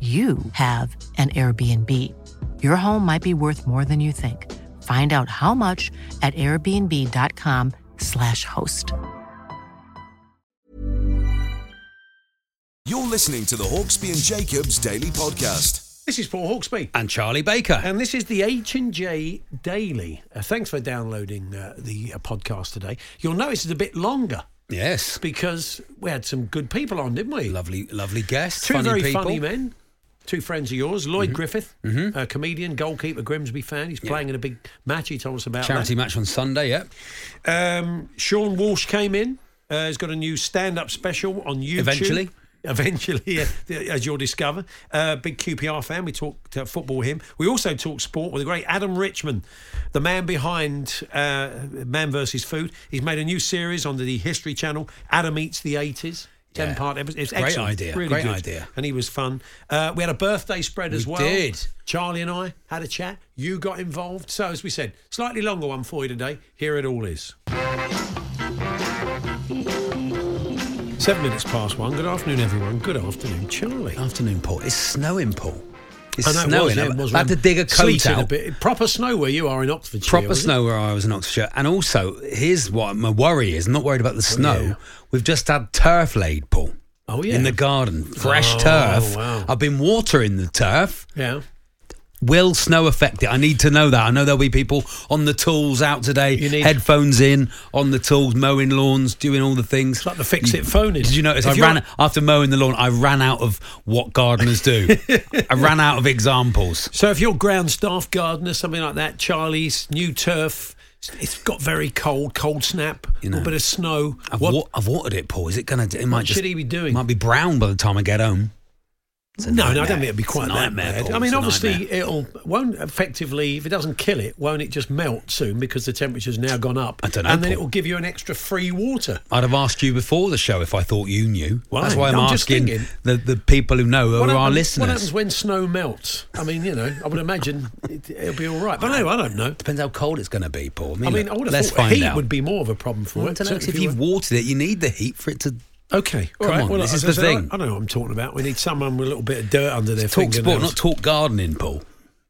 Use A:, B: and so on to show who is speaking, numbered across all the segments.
A: you have an Airbnb. Your home might be worth more than you think. Find out how much at airbnb.com/slash host.
B: You're listening to the Hawksby and Jacobs Daily Podcast.
C: This is Paul Hawksby,
D: and Charlie Baker.
C: and this is the H and J Daily. Uh, thanks for downloading uh, the uh, podcast today. You'll notice it's a bit longer
D: yes,
C: because we had some good people on, didn't we?
D: lovely, lovely guests,
C: Two
D: funny
C: very
D: people. Mm-hmm.
C: funny men, two friends of yours, Lloyd Griffith, a comedian, goalkeeper, Grimsby fan. He's playing in a big match. He told us about
D: Charity match on Sunday. Yeah,
C: that. Um, Sean Walsh came in. Uh, he's got a new stand-up special on YouTube.
D: Eventually.
C: Eventually, yeah, as you'll discover. Uh, big QPR fan. We talked uh, football with him. We also talked sport with the great Adam Richman, the man behind uh, Man versus Food. He's made a new series on the History Channel, Adam Eats the 80s. 10
D: Yeah.
C: part episode. It's
D: Great
C: excellent.
D: idea,
C: Really
D: great
C: good.
D: idea.
C: And he was fun. Uh, we had a birthday spread as
D: We
C: well.
D: did.
C: Charlie and I had a chat. You got involved. So, as we said, slightly longer one for you today. Here it all is. Seven minutes past one. Good afternoon, everyone. Good afternoon, Charlie.
D: afternoon, Paul. It's snowing, Paul. It's
C: I know
D: snowing.
C: it was, yeah,
D: I-
C: it was
D: I had to
C: one.
D: dig a coat
C: Sleeting
D: out.
C: A bit. Proper snow where you are in Oxfordshire.
D: Proper
C: was it?
D: snow where I was in Oxfordshire, and also here's what my worry is. I'm not worried about the snow.
C: Oh, yeah.
D: We've just had turf laid, Paul,
C: Oh yeah.
D: in the garden, fresh
C: Oh,
D: turf.
C: wow.
D: I've been watering the turf.
C: yeah.
D: Will snow affect it? I need to know that. I know there'll be people on the tools out today,
C: You need-
D: headphones in, on the tools, mowing lawns, doing all the things.
C: It's like the fix it phone.
D: Did you notice I ran after mowing the lawn? I ran out of what gardeners do. I ran out of examples.
C: So if you're ground staff gardener, something like that, Charlie's new turf, it's got very cold, cold snap, a
D: You know.
C: little bit of snow.
D: I've,
C: What-
D: wa- I've watered it, Paul. Is it gonna? It might
C: should
D: just-
C: he be doing?
D: Might be brown by the time I get home. It's a
C: no, no, I
D: nightmare.
C: don't think it'd be
D: It's a
C: quite that
D: nightmare,
C: bad.
D: Paul.
C: I mean,
D: It's a
C: obviously,
D: nightmare.
C: it'll won't effectively if it doesn't kill it, won't it just melt soon because the temperature's now gone up?
D: I don't know,
C: And then
D: Paul.
C: it will give you an extra free water.
D: I'd have asked you before the show if I thought you knew.
C: Why?
D: That's why I'm,
C: I'm just
D: asking
C: thinking.
D: the, the people who know who
C: what
D: are our
C: happens, What
D: listeners.
C: happens when snow melts? I mean, you know, I would imagine it, it'll be all right. But anyway, I don't know.
D: Depends how cold it's going to be, Paul. I mean,
C: I mean, I
D: look,
C: would have
D: let's
C: thought
D: find
C: heat
D: out.
C: would be more of a problem for
D: Well, I
C: it.
D: don't know, 'cause
C: certainly
D: if
C: if you
D: you've
C: were-
D: watered it, you need the heat for it to
C: Okay. all
D: Come
C: right.
D: on,
C: Well,
D: this is
C: as I
D: the
C: said, I-
D: thing.
C: I know what I'm talking about. We need someone with a little bit of dirt under their
D: talk
C: fingernails.
D: sport, not talk gardening, Paul.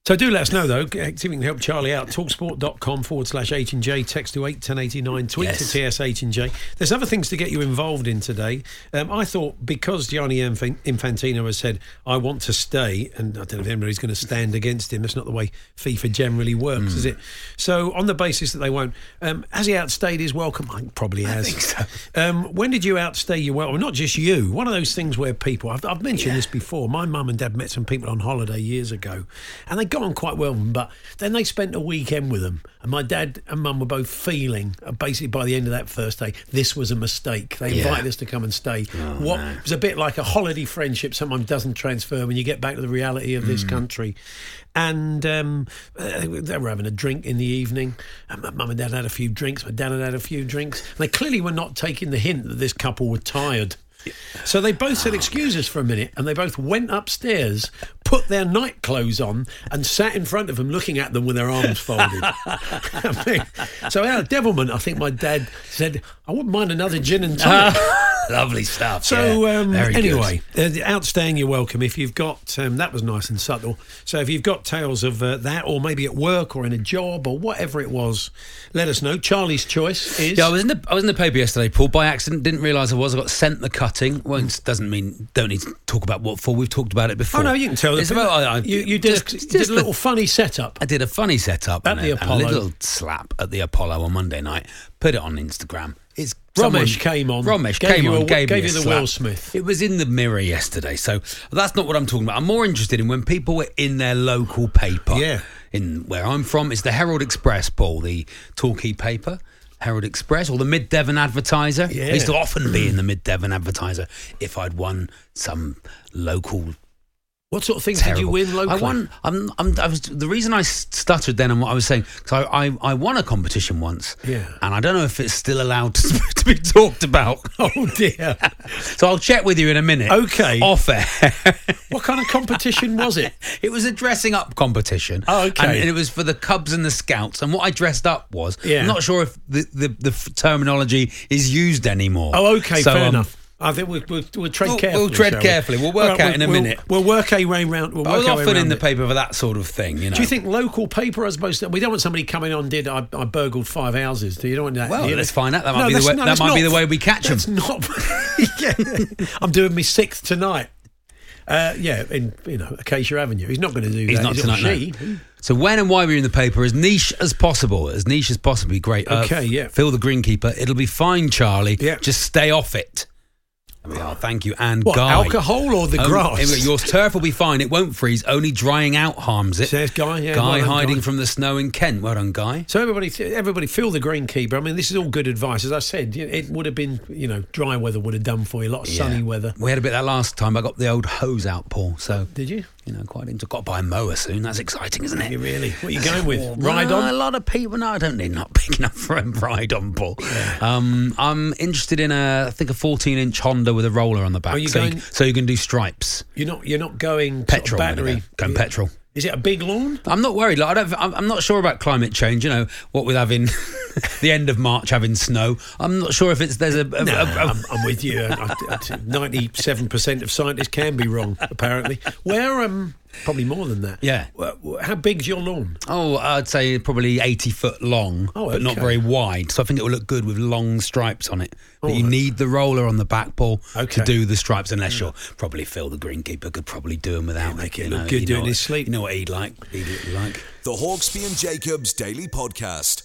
C: So do let us know, though. See if you can help Charlie out. Talksport.com forward slash H and J. Text to 81089. Tweet
D: Yes.
C: to TS H and J. There's other things to get you involved in today. Um, I thought because Gianni Inf- Infantino has said, I want to stay, and I don't know if anybody's going to stand against him. That's not the way FIFA generally works,
D: Hmm.
C: is it? So on the basis that they won't, um, has he outstayed his welcome? I think probably has.
D: think so.
C: Um, when did you outstay your welcome? Not just you. One of those things where people, I've, I've mentioned this before, my mum and dad met some people on holiday years ago and they got on quite well with them, but then they spent a weekend with them. And my dad and mum were both feeling, uh, basically by the end of that first day, this was a mistake. They
D: Yeah.
C: invited us to come and stay. what It was a bit like a holiday friendship sometimes doesn't transfer when you get back to the reality of this country. And um, uh, they were- they were having a drink in the evening. And my mum and dad had a few drinks. My dad had had a few drinks. And they clearly were not taking the hint that this couple were tired. So they both said, Excuse us for a minute. And they both went upstairs, put their night clothes on, and sat in front of them looking at them with their arms folded. I mean, so, out of devilment, I think my dad said, I wouldn't mind another gin and tonic.
D: Lovely stuff.
C: So
D: yeah.
C: um,
D: Very good.
C: anyway, uh, outstaying, you're welcome. If you've got um, that was nice and subtle. So if you've got tales of uh, that, or maybe at work or in a job or whatever it was, let us know. Charlie's choice is
D: Yeah, I was in the I was in the paper yesterday, Paul, by accident. Didn't realise I was. I got sent the cutting. Well, it doesn't mean don't need to talk about what for. We've talked about it before.
C: oh no, you can tell. the
D: It's
C: people-
D: about, I, I-
C: you, you did,
D: just-
C: a,
D: just
C: did a
D: the-
C: little funny setup.
D: I did a funny setup
C: At
D: and
C: the
D: a-
C: Apollo.
D: a little slap at the Apollo on Monday night. Put it on Instagram. It's
C: Ramesh came on,
D: Romesh
C: gave
D: came
C: you
D: on,
C: a-
D: gave,
C: gave
D: me a
C: you the
D: slap.
C: Will Smith.
D: It was in the mirror yesterday, so that's not what I'm talking about. I'm more interested in when people were in their local paper.
C: Yeah.
D: In where I'm from, it's the Herald Express, Paul, the Torquay paper. Herald Express or the Mid Devon Advertiser.
C: Yeah.
D: I used to often be in the Mid Devon Advertiser if I'd won some local
C: What sort of things
D: terrible.
C: did you win locally?
D: I won. I'm, I'm, I was, the reason I stuttered then and what I was saying because I, I, I won a competition once.
C: Yeah.
D: And I don't know if it's still allowed to, to be talked about.
C: Oh dear!
D: So I'll check with you in a minute.
C: Okay.
D: Off air.
C: what kind of competition was it?
D: It was a dressing up competition.
C: Oh, okay.
D: And it was for the Cubs and the Scouts. And what I dressed up was,
C: Yeah.
D: I'm not sure if the, the, the f- terminology is used anymore.
C: Oh, okay,
D: So,
C: fair
D: um,
C: enough. I think we'll, we'll, we'll tread
D: We'll- we'll
C: carefully.
D: tread
C: shall we?
D: carefully. We'll work
C: All
D: out in a
C: we'll-
D: minute.
C: We'll work our way round. We'll
D: I was
C: work our way
D: often in
C: round
D: the
C: it.
D: paper for that sort of thing, you know.
C: Do you think local paper, I suppose, that we don't want somebody coming on, did I, I burgled five houses? Do you don't want that?
D: Well,
C: do you?
D: let's find out. That might be the
C: that's-
D: way- that
C: that's
D: might be the way we catch 'em.
C: that's not. yeah. I'm doing my sixth tonight. Uh, yeah, in you know Acacia Avenue. He's not going to do
D: He's
C: that.
D: not
C: or
D: tonight. no.
C: she.
D: So when and why we're in the paper as niche as possible, as niche as possibly. Great. Uh,
C: Okay, yeah.
D: Phil the greenkeeper. It'll be fine, Charlie.
C: Yeah.
D: Just stay off it. There we are. Thank you. And
C: What,
D: Guy.
C: alcohol or the
D: Oh,
C: grass?
D: here we go. your turf will be fine. It won't freeze. Only drying out harms it.
C: Says Guy, yeah, well
D: guy
C: done,
D: hiding
C: Guy.
D: from the snow in Kent. Well done, Guy.
C: So everybody, everybody, feel the greenkeeper. I mean, this is all good advice. As I said, you know, it would have been, you know, dry weather would have done for you. A lot of sunny
D: Yeah.
C: weather.
D: We had a bit of that last time. I got the old hose out, Paul. So
C: Did you?
D: you know, quite into. Got to buy a mower soon. That's exciting, isn't it?
C: You really? What are you going with?
D: Well,
C: Ride
D: no,
C: on.
D: A lot of people. No, I don't need not big enough for a ride on, Paul. Um, I'm interested in a, I think a 14 inch Honda with a roller on the back,
C: Are you
D: so,
C: going-
D: you, so you can do stripes.
C: You're not. You're not going sort of
D: Petrol, I'm gonna
C: battery.
D: go. Going petrol.
C: Is it a big lawn?
D: I'm not worried. Like, I don't. I'm, I'm not sure about climate change. You know what with having the end of March having snow. I'm not sure if it's there's a. a-
C: No,
D: a- a-
C: I'm, I'm with you. Ninety-seven percent of scientists can be wrong, apparently. Where um, probably more than that.
D: Yeah.
C: Wh- wh- How big's your lawn?
D: oh, I'd say probably 80 foot long,
C: Oh,
D: but not
C: okay.
D: very wide. So I think it will look good with long stripes on it. But you
C: right.
D: need the roller on the back, Paul,
C: Oh, Okay. Mm.
D: to do the stripes. Unless you're probably Phil, the greenkeeper, could probably do them without.
C: make
D: you
C: it look
D: know,
C: good
D: you
C: doing
D: know,
C: his sleep.
D: You know what he'd like. He'd look like.
B: The Hawksby and Jacobs Daily Podcast.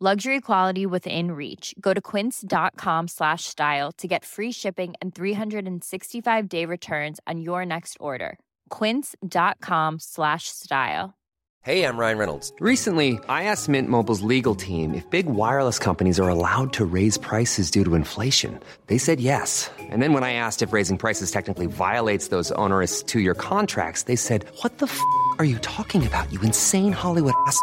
E: Luxury quality within reach. Go to quince.com slash style to get free shipping and 365 day returns on your next order. Quince.com slash style.
F: Hey, I'm Ryan Reynolds. Recently, I asked Mint Mobile's legal team if big wireless companies are allowed to raise prices due to inflation. They said yes. And then when I asked if raising prices technically violates those onerous two year contracts, they said, What the f are you talking about, you insane Hollywood ass? f-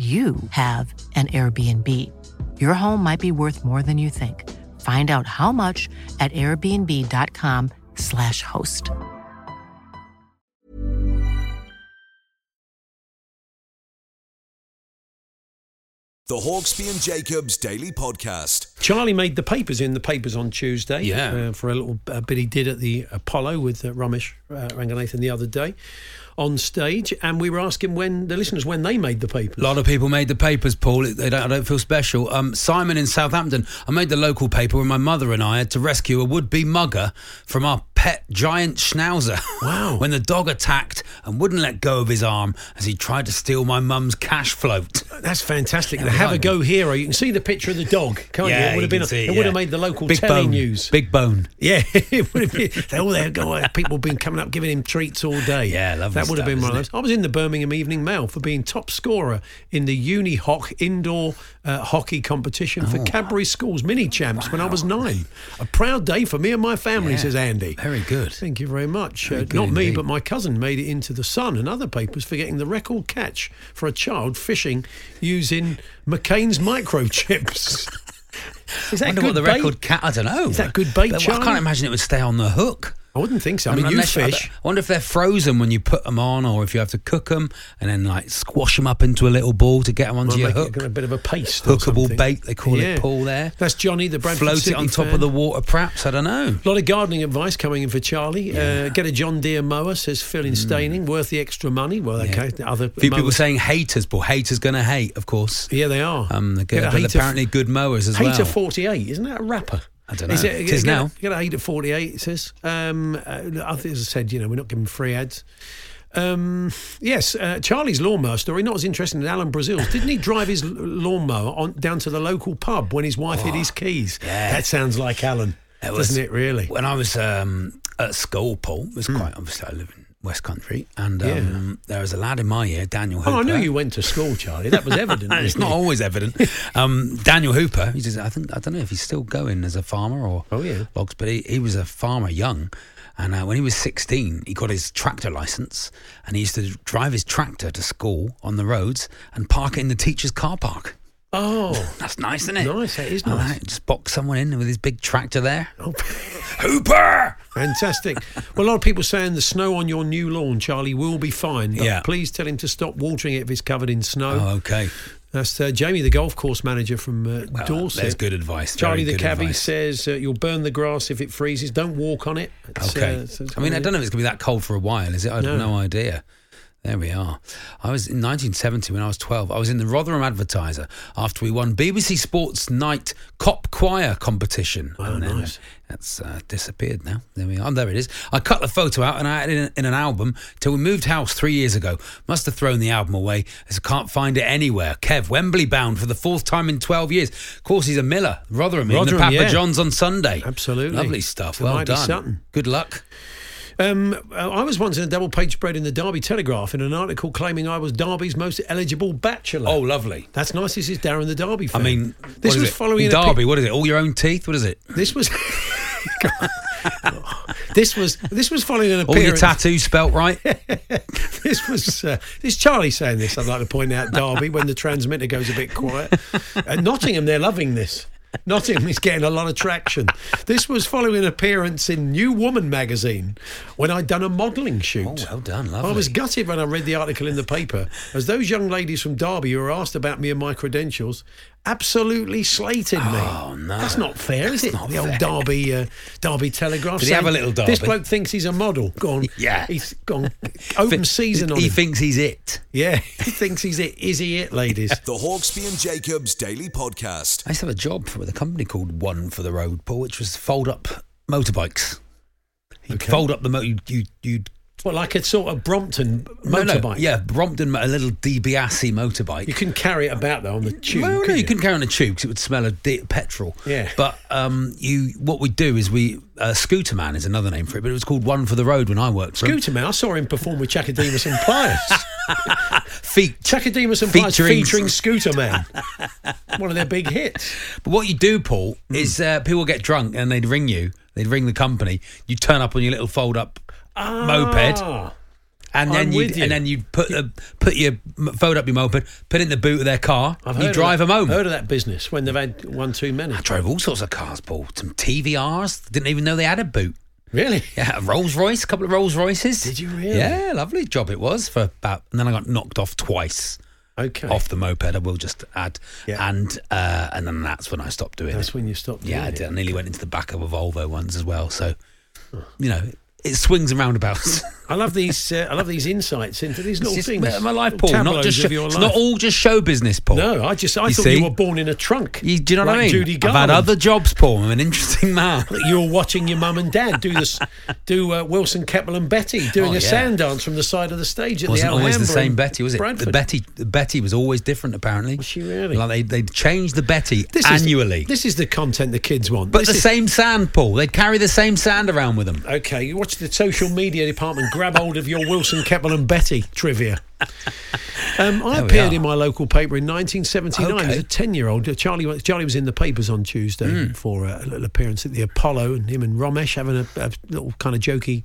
A: you have an Airbnb. Your home might be worth more than you think. Find out how much at airbnb.com/slash host.
B: The Hawksby and Jacobs Daily Podcast.
C: Charlie made the papers in the papers on Tuesday.
D: Yeah.
C: uh, for a little uh, bit he did at the Apollo with uh, Ramesh uh, Ranganathan the other day on stage, and we were asking when the listeners when they made the papers.
D: A lot of people made the papers, Paul. It- They don't, I don't feel special. Um, Simon in Southampton, I made the local paper when my mother and I had to rescue a would be mugger from our pet giant schnauzer.
C: Wow.
D: when the dog attacked and wouldn't let go of his arm as he tried to steal my mum's cash float.
C: Uh, That's fantastic.
D: Yeah,
C: Have a
D: right.
C: go hero. You can see the picture of the dog, can't you? It would
D: you
C: have been.
D: can see
C: it would
D: yeah.
C: have made the local
D: Big
C: telly
D: bone.
C: news.
D: Big bone.
C: Yeah, it would have been. They all there go. uh, People have been coming up giving him treats all day.
D: Yeah, lovely
C: That would
D: stuff,
C: have been one of
D: isn't
C: those. I was in the Birmingham Evening Mail for being top scorer in the Uni Hoc indoor uh, hockey competition
D: Oh.
C: for Cadbury Schools mini champs when I was nine. A proud day for me and my family, says Andy.
D: Very good.
C: Thank you very much. Uh,
D: good
C: not me,
D: indeed.
C: but my cousin made it into the Sun and other papers for getting the record catch for a child fishing using McCain's microchips. Is
D: I wonder what the
C: bait?
D: record cat. I don't know.
C: Is that good bait,
D: But I
C: Charlie?
D: can't imagine it would stay on the hook.
C: I wouldn't think so. I mean, you
D: unless- I
C: fish.
D: wonder if they're frozen when you put them on, or if you have to cook them and then like squash them up into a little ball to get them onto
C: Might
D: your
C: make
D: hook.
C: It a bit of a paste. or
D: Hookable
C: something.
D: bait, they call
C: Yeah.
D: it, Paul. There,
C: That's Johnny, the Bradford
D: float
C: City
D: it on top
C: fan.
D: of the water, perhaps. I don't know.
C: A lot of gardening advice coming in for Charlie. Uh, get a John Deere mower, says Phil in Staining, worth the extra money. Well, okay, other
D: Hmm. A few people
C: mowers-
D: saying haters, but haters gonna hate, of course.
C: yeah, they are.
D: Um, they're good,
C: Get a
D: but
C: hater-
D: apparently good mowers as
C: Hater
D: well.
C: forty-eight, isn't that a rapper?
D: I don't know.
C: Is
D: It is
C: get a-
D: now.
C: Get a eight at forty-eight. It says. Um, uh, I think, as I said, you know, we're not giving free ads. Um, yes, uh, Charlie's lawnmower story not as interesting as Alan Brazil's. Didn't he drive his l- lawnmower on down to the local pub when his wife hid his keys?
D: Oh, yeah.
C: That sounds like Alan,
D: That was-
C: doesn't it? Really? Hmm.
D: When I was um, at school, Paul it was quite obviously I live in West Country, and
C: Yeah.
D: um, there was a lad in my year, Daniel Hooper.
C: Oh, I knew you went to school,
D: Oh,
C: Charlie. That was evident.
D: And it's
C: wasn't
D: not
C: it?
D: always evident. Um, Daniel Hooper, he's, I think I don't know if he's still going as a farmer or
C: Oh, yeah.
D: logs, but he, he was a farmer young, and uh, when he was sixteen, he got his tractor license, and he used to drive his tractor to school on the roads and park it in the teacher's car park.
C: Oh,
D: That's nice, isn't it?
C: Nice, that is
D: All
C: nice.
D: right, just box someone in with his big tractor there.
C: Oh,
D: Hooper.
C: fantastic. Well, a lot of people saying the snow on your new lawn, Charlie, will be fine. But
D: Yeah.
C: Please tell him to stop watering it if it's covered in snow.
D: Oh, okay.
C: That's uh, Jamie, the golf course manager from uh,
D: Well,
C: Dorset.
D: There's good advice. very
C: Charlie the
D: good
C: cabbie
D: advice.
C: says uh, you'll burn the grass if it freezes. Don't walk on it. It's,
D: Okay.
C: uh, so it's
D: I mean, I
C: gonna be-
D: don't know if it's going to be that cold for a while, is it? I have
C: No.
D: no. idea. There we are. I was in 1970 when I was 12. I was in the Rotherham Advertiser after we won BBC Sports Night Cop Choir competition.
C: Oh, nice.
D: That's uh, disappeared now. There we are. Oh, there it is. I cut the photo out and I had it in, in an album till we moved house three years ago. Must have thrown the album away as I can't find it anywhere. Kev, Wembley bound for the fourth time in 12 years. Of course, he's a Miller. Rotherham, in
C: Rotherham,
D: the Papa
C: yeah.
D: John's on Sunday.
C: Absolutely.
D: Lovely stuff.
C: To
D: well
C: Mighty
D: done.
C: Sutton.
D: Good luck.
C: Um, uh, I was once in a double page spread in the Derby Telegraph in an article claiming I was Derby's most eligible bachelor.
D: Oh, lovely.
C: That's nice. This is Darren the Derby
D: I
C: fan.
D: mean, what is
C: this was
D: it?
C: following
D: In
C: a pic-
D: Derby. what is it? All your own teeth? What is it?
C: This was. this was this was following an
D: All
C: appearance.
D: your tattoos spelt right?
C: this was uh, this Charlie saying this. I'd like to point out Derby when the transmitter goes a bit quiet. Uh, Nottingham, they're loving this. Nottingham is getting a lot of traction. This was following an appearance in New Woman magazine when I'd done a modelling shoot.
D: Oh, well done, lovely.
C: I was gutted when I read the article in the paper, as those young ladies from Derby who were asked about me and my credentials absolutely slated me.
D: Oh, no.
C: That's not fair, is it?
D: not
C: the old
D: fair.
C: Derby, uh, Derby Telegraph.
D: Did he have
C: saying,
D: a little
C: This
D: Derby?"
C: bloke thinks he's a model. Gone.
D: Yeah.
C: He's gone. Open
D: Thi-
C: season on
D: He
C: him.
D: thinks he's it.
C: yeah, he thinks he's it. Is he it, ladies?
B: The Hawksby and Jacobs Daily Podcast.
D: I used to have a job for, with a company called One for the Road, Paul, which was fold up motorbikes. You'd
C: Okay.
D: fold up the motor, you'd, you'd, you'd
C: Well, like a sort of Brompton
D: no, no,
C: motorbike.
D: yeah, Brompton, a little DiBiase motorbike.
C: You can carry it about though on the tube.
D: No, no,
C: couldn't
D: you couldn't carry on a tube because it would smell of di- petrol.
C: Yeah.
D: But um, you, what we do is we uh, Scooter Man is another name for it, but it was called One for the Road when I worked. for 'em.
C: Scooter Man, I saw him perform with Chakademus and Pliers.
D: feet.
C: Chakademus and Pliers
D: Featuring-
C: featuring Scooter Man. One of their big hits. Hmm.
D: But what you do, Paul, is uh, people get drunk and they'd ring you. They'd ring the company. You turn up on your little fold-up moped,
C: Ah,
D: and
C: I'm
D: then
C: with
D: you'd,
C: you.
D: and then you'd put a, put your m- fold up your moped, put it in the boot of their car,
C: I've
D: and you
C: heard
D: drive them
C: of that,
D: home.
C: Heard of that business when they've had one too many.
D: I drove all sorts of cars, Paul. Some TVRs. Didn't even know they had a boot.
C: Really?
D: Yeah, a Rolls Royce, a couple of Rolls Royces.
C: Did you really?
D: Yeah, lovely job it was for about. And then I got knocked off twice.
C: Okay.
D: off the moped. I will just add,
C: Yeah.
D: and uh, and then that's when I stopped doing
C: That's
D: it.
C: when you stopped.
D: yeah, I
C: doing
D: did. I
C: it.
D: nearly went into the back of a Volvo ones as well. So, you know, it swings and roundabouts.
C: I love these. Uh, I love these insights into these
D: It's
C: little
D: just
C: things.
D: my- my life,
C: Little
D: Paul. Not
C: tableaus
D: just
C: of
D: show-
C: your
D: it's
C: life.
D: not all just show business, Paul.
C: No, I just I
D: You
C: thought
D: see?
C: you were born in a trunk.
D: You, do you know
C: like
D: what I mean?
C: Judy
D: I've had
C: Garland.
D: other jobs, Paul. I'm an interesting man.
C: you were watching your mum and dad do this, do uh, Wilson Keppel and Betty doing
D: Oh,
C: a
D: yeah.
C: sound dance from the side of the stage at
D: wasn't
C: the
D: always the
C: Alhambra
D: same
C: in
D: Betty, was it? The
C: Bradford.
D: Betty, the Betty was always different, apparently.
C: Was she really?
D: Like they they changed the Betty
C: is-
D: annually,
C: this is the content the kids want.
D: but
C: This
D: the
C: is- Oh,
D: same sand, Paul. They'd carry the same sand around with them.
C: Okay, you watch the social media department grab hold of your Wilson Keppel and Betty trivia. Um, I
D: There we
C: appeared
D: are.
C: in my local paper in 1979 as
D: Okay.
C: a 10 year old. Charlie, wa- Charlie was in the papers on Tuesday
D: Hmm.
C: for a little appearance at the Apollo, and him and Ramesh having a, a little kind of jokey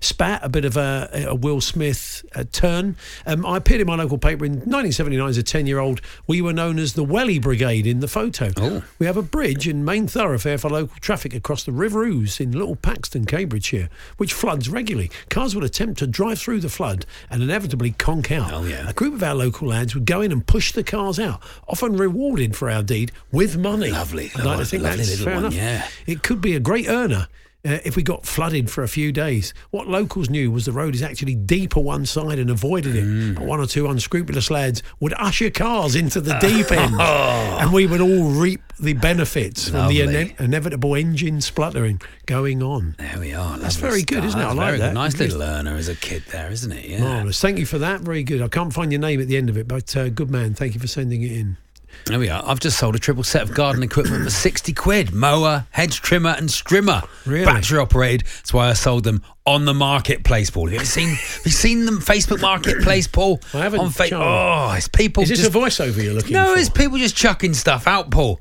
C: spat, a bit of a, a Will Smith uh turn. Um, I appeared in my local paper in 1979 as a 10 year old. We were known as the Welly Brigade in the photo.
D: Oh.
C: We have a bridge and main thoroughfare for local traffic across the River Ouse in Little Paxton, Cambridgeshire, which floods regularly. Cars would attempt to drive through the flood and inevitably conk out.
D: Oh, yeah.
C: A group of our local lads would go in and push the cars out, often rewarded for our deed with money.
D: Lovely.
C: I'd like
D: Oh,
C: to think
D: lovely
C: that's
D: little
C: fair
D: one,
C: enough.
D: yeah.
C: It could be a great earner. Uh, if we got flooded for a few days, what locals knew was the road is actually deeper one side and avoided it.
D: Mm.
C: But one or two unscrupulous lads would usher cars into the deep end, and we would all reap the benefits from the
D: Lovely.
C: ine- inevitable engine spluttering going on.
D: There we are.
C: That's
D: lovely
C: very good,
D: stuff.
C: isn't it? I
D: That's
C: like
D: very
C: that. Oh,
D: Good. Nice
C: Really-
D: little learner as a kid, there, isn't it? Yeah.
C: Marvelous. Thank you for that. Very good. I can't find your name at the end of it, but uh, good man. Thank you for sending it in.
D: There we are. I've just sold a triple set of garden equipment for 60 quid. Mower, hedge trimmer, and strimmer.
C: Really?
D: Battery operated. That's why I sold them on the marketplace, Paul. Have you ever seen, have you seen them Facebook marketplace, Paul?
C: I haven't,
D: On Fa-
C: Charlie.
D: oh, it's people
C: Is this
D: just,
C: a voiceover you're looking
D: No,
C: for?
D: it's people just chucking stuff out, Paul,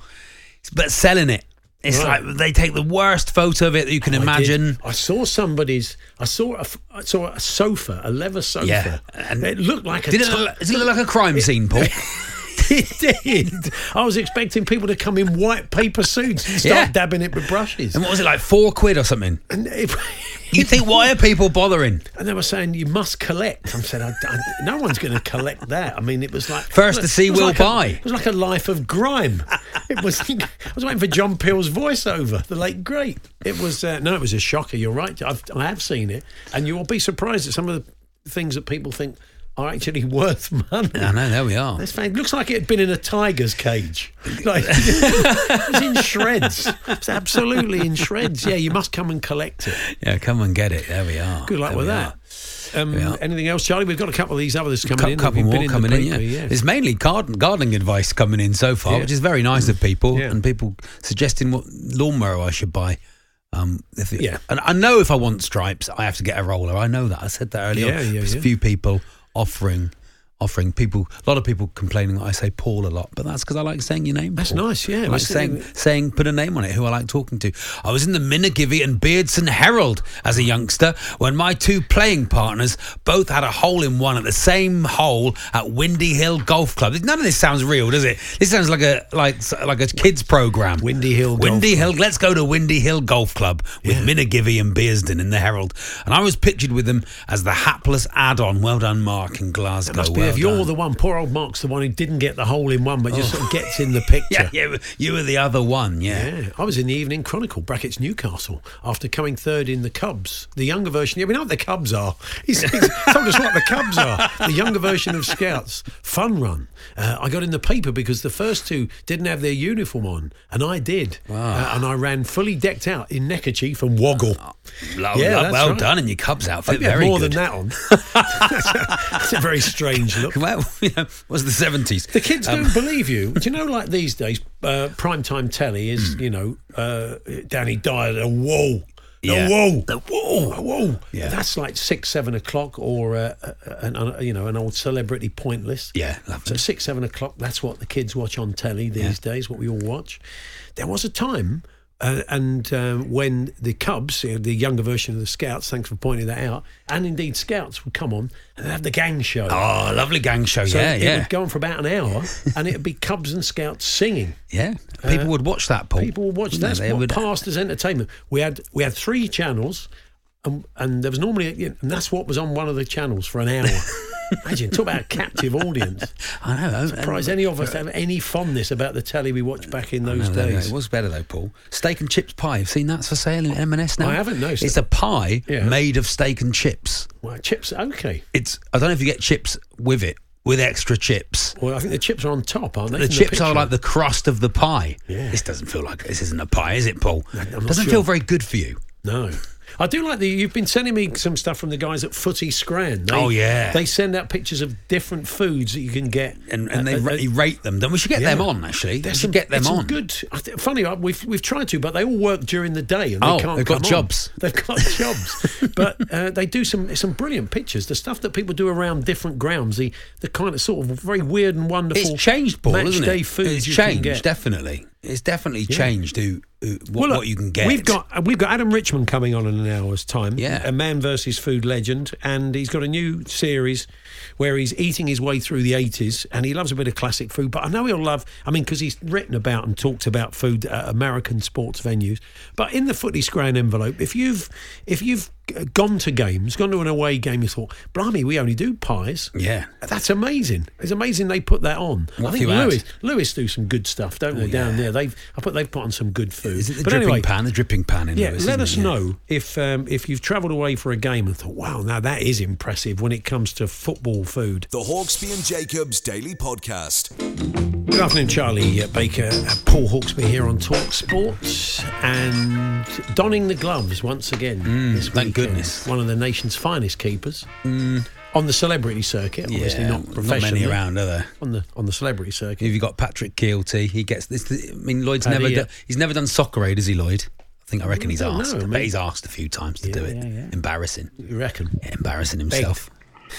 D: but selling it. It's
C: Right.
D: like they take the worst photo of it that you can
C: I did.
D: imagine.
C: I, saw somebody's. I saw a, f- I saw a sofa, a leather sofa.
D: Yeah, and-
C: and it looked like a.
D: Did it,
C: tu-
D: look- does it look like a crime scene, Paul?
C: it did. I was expecting people to come in white paper suits and start
D: Yeah.
C: dabbing it with brushes.
D: and what was it like? Four quid or something?
C: And, it-
D: You think, why are people bothering?
C: and they were saying you must collect. I'm saying I, I- no one's going to collect that. I mean, it was like
D: First to see
C: it was
D: will
C: like
D: buy.
C: A, it was like a life of grime. It was. I was waiting for John Peel's voiceover, the late great. It was uh, no, it was a shocker. You're right. I've, I have seen it, and you will be surprised at some of the things that people think are actually worth money.
D: I know, there we are.
C: That's fine. Looks like it had been in a tiger's cage. Like it was in shreds. It's absolutely in shreds. Yeah, you must come and collect it.
D: Yeah, come and get it. There we are.
C: Good luck
D: Oh, There we
C: with that.
D: are.
C: Um,
D: Yeah.
C: anything else, Charlie? We've got a couple of these others coming
D: Cou-
C: in.
D: couple
C: We've been
D: more
C: the
D: coming in, yeah.
C: paper,
D: It's mainly garden, gardening advice coming in so far,
C: Yeah.
D: which is very nice of people
C: Yeah.
D: and people suggesting what lawnmower I should buy. Um, if it-
C: Yeah.
D: and I know if I want stripes, I have to get a roller. I know that. I said that earlier.
C: Yeah, yeah,
D: There's
C: yeah.
D: few people offering, offering people. A lot of people complaining that I say Paul a lot, but that's because I like saying your name.
C: That's
D: Paul.
C: nice, yeah.
D: I
C: We're
D: like saying
C: saying-
D: saying put a name on it. Who I like talking to. I was in the Minnegivy and Beardson Herald as a youngster when my two playing partners both had a hole in one at the same hole at Windy Hill Golf Club. None of this sounds real, does it? This sounds like a like like a kids program.
C: Windy Hill Golf
D: Windy
C: Club.
D: Hill. Let's go to Windy Hill Golf Club with Minnegivy and Bearsden in the Herald. And I was pictured with them as the hapless add-on. Well done, Mark in Glasgow.
C: It must be
D: Well
C: if you're
D: done. Oh.
C: the one. Poor old Mark's the one who didn't get the hole in one, but just sort of gets in the picture.
D: yeah, yeah, you were the other one. Yeah.
C: Yeah, I was in the Evening Chronicle brackets Newcastle after coming third in the Cubs, the younger version. Yeah, we know what the Cubs are. He's, he's told us what the Cubs are. The younger version of Scouts Fun Run. Uh, I got in the paper because the first two didn't have their uniform on, and I did.
D: Ah.
C: Uh, and I ran fully decked out in neckerchief and woggle.
D: Oh, Lo-
C: Yeah,
D: lo-
C: that's
D: well
C: right.
D: done in your Cubs outfit.
C: Hope you had
D: Very
C: more
D: good.
C: than that on. that's, a, that's a very strange look.
D: Well, you know, was the seventies.
C: The kids
D: Um,
C: don't believe you. Do you know, like these days, uh, primetime telly is,
D: Mm.
C: you know, uh, Danny Dyer, the wall. The
D: Yeah.
C: wall. The wall. The wall.
D: Yeah.
C: That's like six, seven o'clock or, uh, uh, an, uh, you know, an old celebrity pointless.
D: Yeah, lovely.
C: So six, seven o'clock, that's what the kids watch on telly these days, what we all watch. There was a time. Uh, and um, when the Cubs, you know, the younger version of the Scouts, thanks for pointing that out, and indeed Scouts would come on and they'd have the gang show.
D: Oh, lovely gang show.
C: So
D: yeah,
C: it
D: yeah,
C: would go on for about an hour, and it'd be Cubs and Scouts singing.
D: yeah. People would watch that. Paul.
C: People would watch
D: wouldn't
C: that.
D: they?
C: That's
D: They
C: what
D: would- uh,
C: passed as entertainment. We had we had um, three channels, and, and there was normally, and that's what was on one of the channels for an hour. Imagine, talk about a captive audience.
D: I know. uh, I'm
C: Surprised any of us have any fondness about the telly we watched back in those
D: No, there we go.
C: days.
D: It was better though, Paul. Steak and chips pie. Have seen that's for sale in M&S now?
C: I haven't, no,
D: It's
C: sir.
D: a pie
C: Yeah.
D: made of steak and chips.
C: Wow, chips, okay.
D: It's I don't know if you get chips with it, with extra chips.
C: Well, I think the chips are on top, aren't they?
D: The
C: from
D: chips are
C: picture?
D: like the crust of the pie.
C: Yeah.
D: This doesn't feel like this isn't a pie, is it, Paul?
C: I'm not
D: doesn't
C: sure.
D: feel very good for you.
C: No. I do like the. You've been sending me some stuff from the guys at Footy Scran. They,
D: Oh, yeah.
C: They send out pictures of different foods that you can get,
D: And and
C: Uh,
D: they
C: uh,
D: ra- rate them. Then we should get them
C: yeah.
D: on actually. We
C: there's
D: should
C: some-
D: get them
C: there's some
D: on.
C: Good. I th- Funny, I- we've we've tried to, but they all work during the day and they
D: Oh,
C: can't.
D: they've got
C: come on.
D: jobs.
C: They've got jobs, but uh, they do some some brilliant pictures. The stuff that people do around different grounds, the the kind of sort of very weird and wonderful.
D: It's changed, Paul,
C: match
D: isn't
C: day
D: it?
C: foods
D: it's
C: you can
D: changed,
C: get.
D: definitely. It's definitely changed who, who, what,
C: Well, look,
D: what you can get.
C: We've got uh, we've got Adam Richmond coming on in an hour's time.
D: Yeah.
C: a man versus food legend, and he's got a new series where he's eating his way through the eighties, and he loves a bit of classic food. But I know he'll love. I mean, because he's written about and talked about food at American sports venues. But in the footy scran envelope, if you've if you've uh, gone to games, gone to an away game, you thought, "Blimey, we only do pies."
D: Yeah.
C: That's amazing. It's amazing they put that on.
D: What
C: I think
D: you add.
C: Lewis Lewis do some good stuff, don't they? Down there, they've I put they've put on some good food.
D: Oh, Is it the
C: but
D: dripping
C: anyway,
D: pan? The dripping pan in
C: yeah,
D: Lewis,
C: let
D: isn't
C: us
D: it? Yeah.
C: know if um, if you've travelled away for a game and thought, wow, now that is impressive when it comes to football food.
B: The Hawksby and Jacobs Daily Podcast.
C: Good afternoon, Charlie uh, Baker, uh, Paul Hawksby here on Talk Sports, and donning the gloves once again. this
D: Mm, thank
C: weekend.
D: goodness.
C: One of the nation's finest keepers
D: Mm.
C: on the celebrity circuit, obviously
D: Yeah,
C: not
D: not
C: professionally.
D: many around, are there?
C: on the on the celebrity circuit.
D: Have you got Patrick Keelty? He gets this. I mean, Lloyd's
C: Paddy,
D: never.
C: yeah. Mm,
D: done he's never done soccer aid, has he, Lloyd? I think I reckon he's
C: don't
D: asked.
C: know,
D: I bet
C: mate.
D: he's asked a few times to do it. Embarrassing.
C: You reckon?
D: Yeah, embarrassing himself.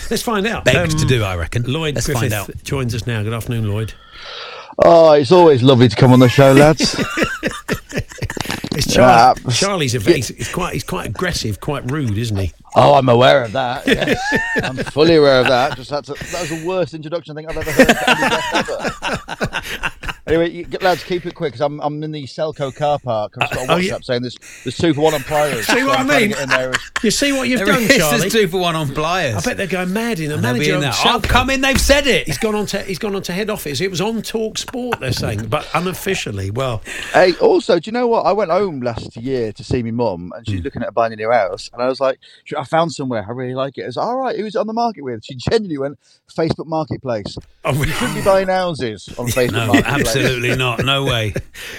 C: Let's find out.
D: Begged to
C: Um,
D: do, I reckon.
C: Lloyd
D: Let's
C: Griffith
D: find out.
C: joins us now. Good afternoon, Lloyd.
G: Oh, it's always lovely to come on the show, lads.
C: It's Char-
G: Ah,
C: Charlie's. A, he's, he's quite. He's quite aggressive. Quite rude, isn't he?
G: oh, I'm aware of that. Yes. I'm fully aware of that. Just had to, that was the worst introduction I think I've ever heard. for any guest ever. Anyway, you, lads, keep it quick because I'm, I'm in the Selco car park. I've just got a
C: oh,
G: WhatsApp
C: yeah.
G: saying there's, there's two for one on pliers.
C: See what I
G: I'm trying to
C: mean?
G: get in there as-
C: You see what you've
D: There
C: done,
D: is,
C: Charlie.
D: There's two for one on pliers.
C: I bet they're going mad in the
D: They'll be
C: manager.
D: in
C: of
D: there.
C: Southgate.
D: I'm coming. They've said it.
C: He's gone on to. He's gone on to head office. It was on Talk Sport. They're saying, but unofficially. Well,
G: Hey, also, do you know what? I went home last year to see my mum, and
D: Hmm.
G: she's looking at buying a new house. And I was like, "Sh- I found somewhere. I really like it. I was like, all right, who's it on the market with? She genuinely went, Facebook Marketplace.
C: Oh,
G: you shouldn't be buying houses on Facebook
D: No,
G: Marketplace.
D: absolutely not. No way.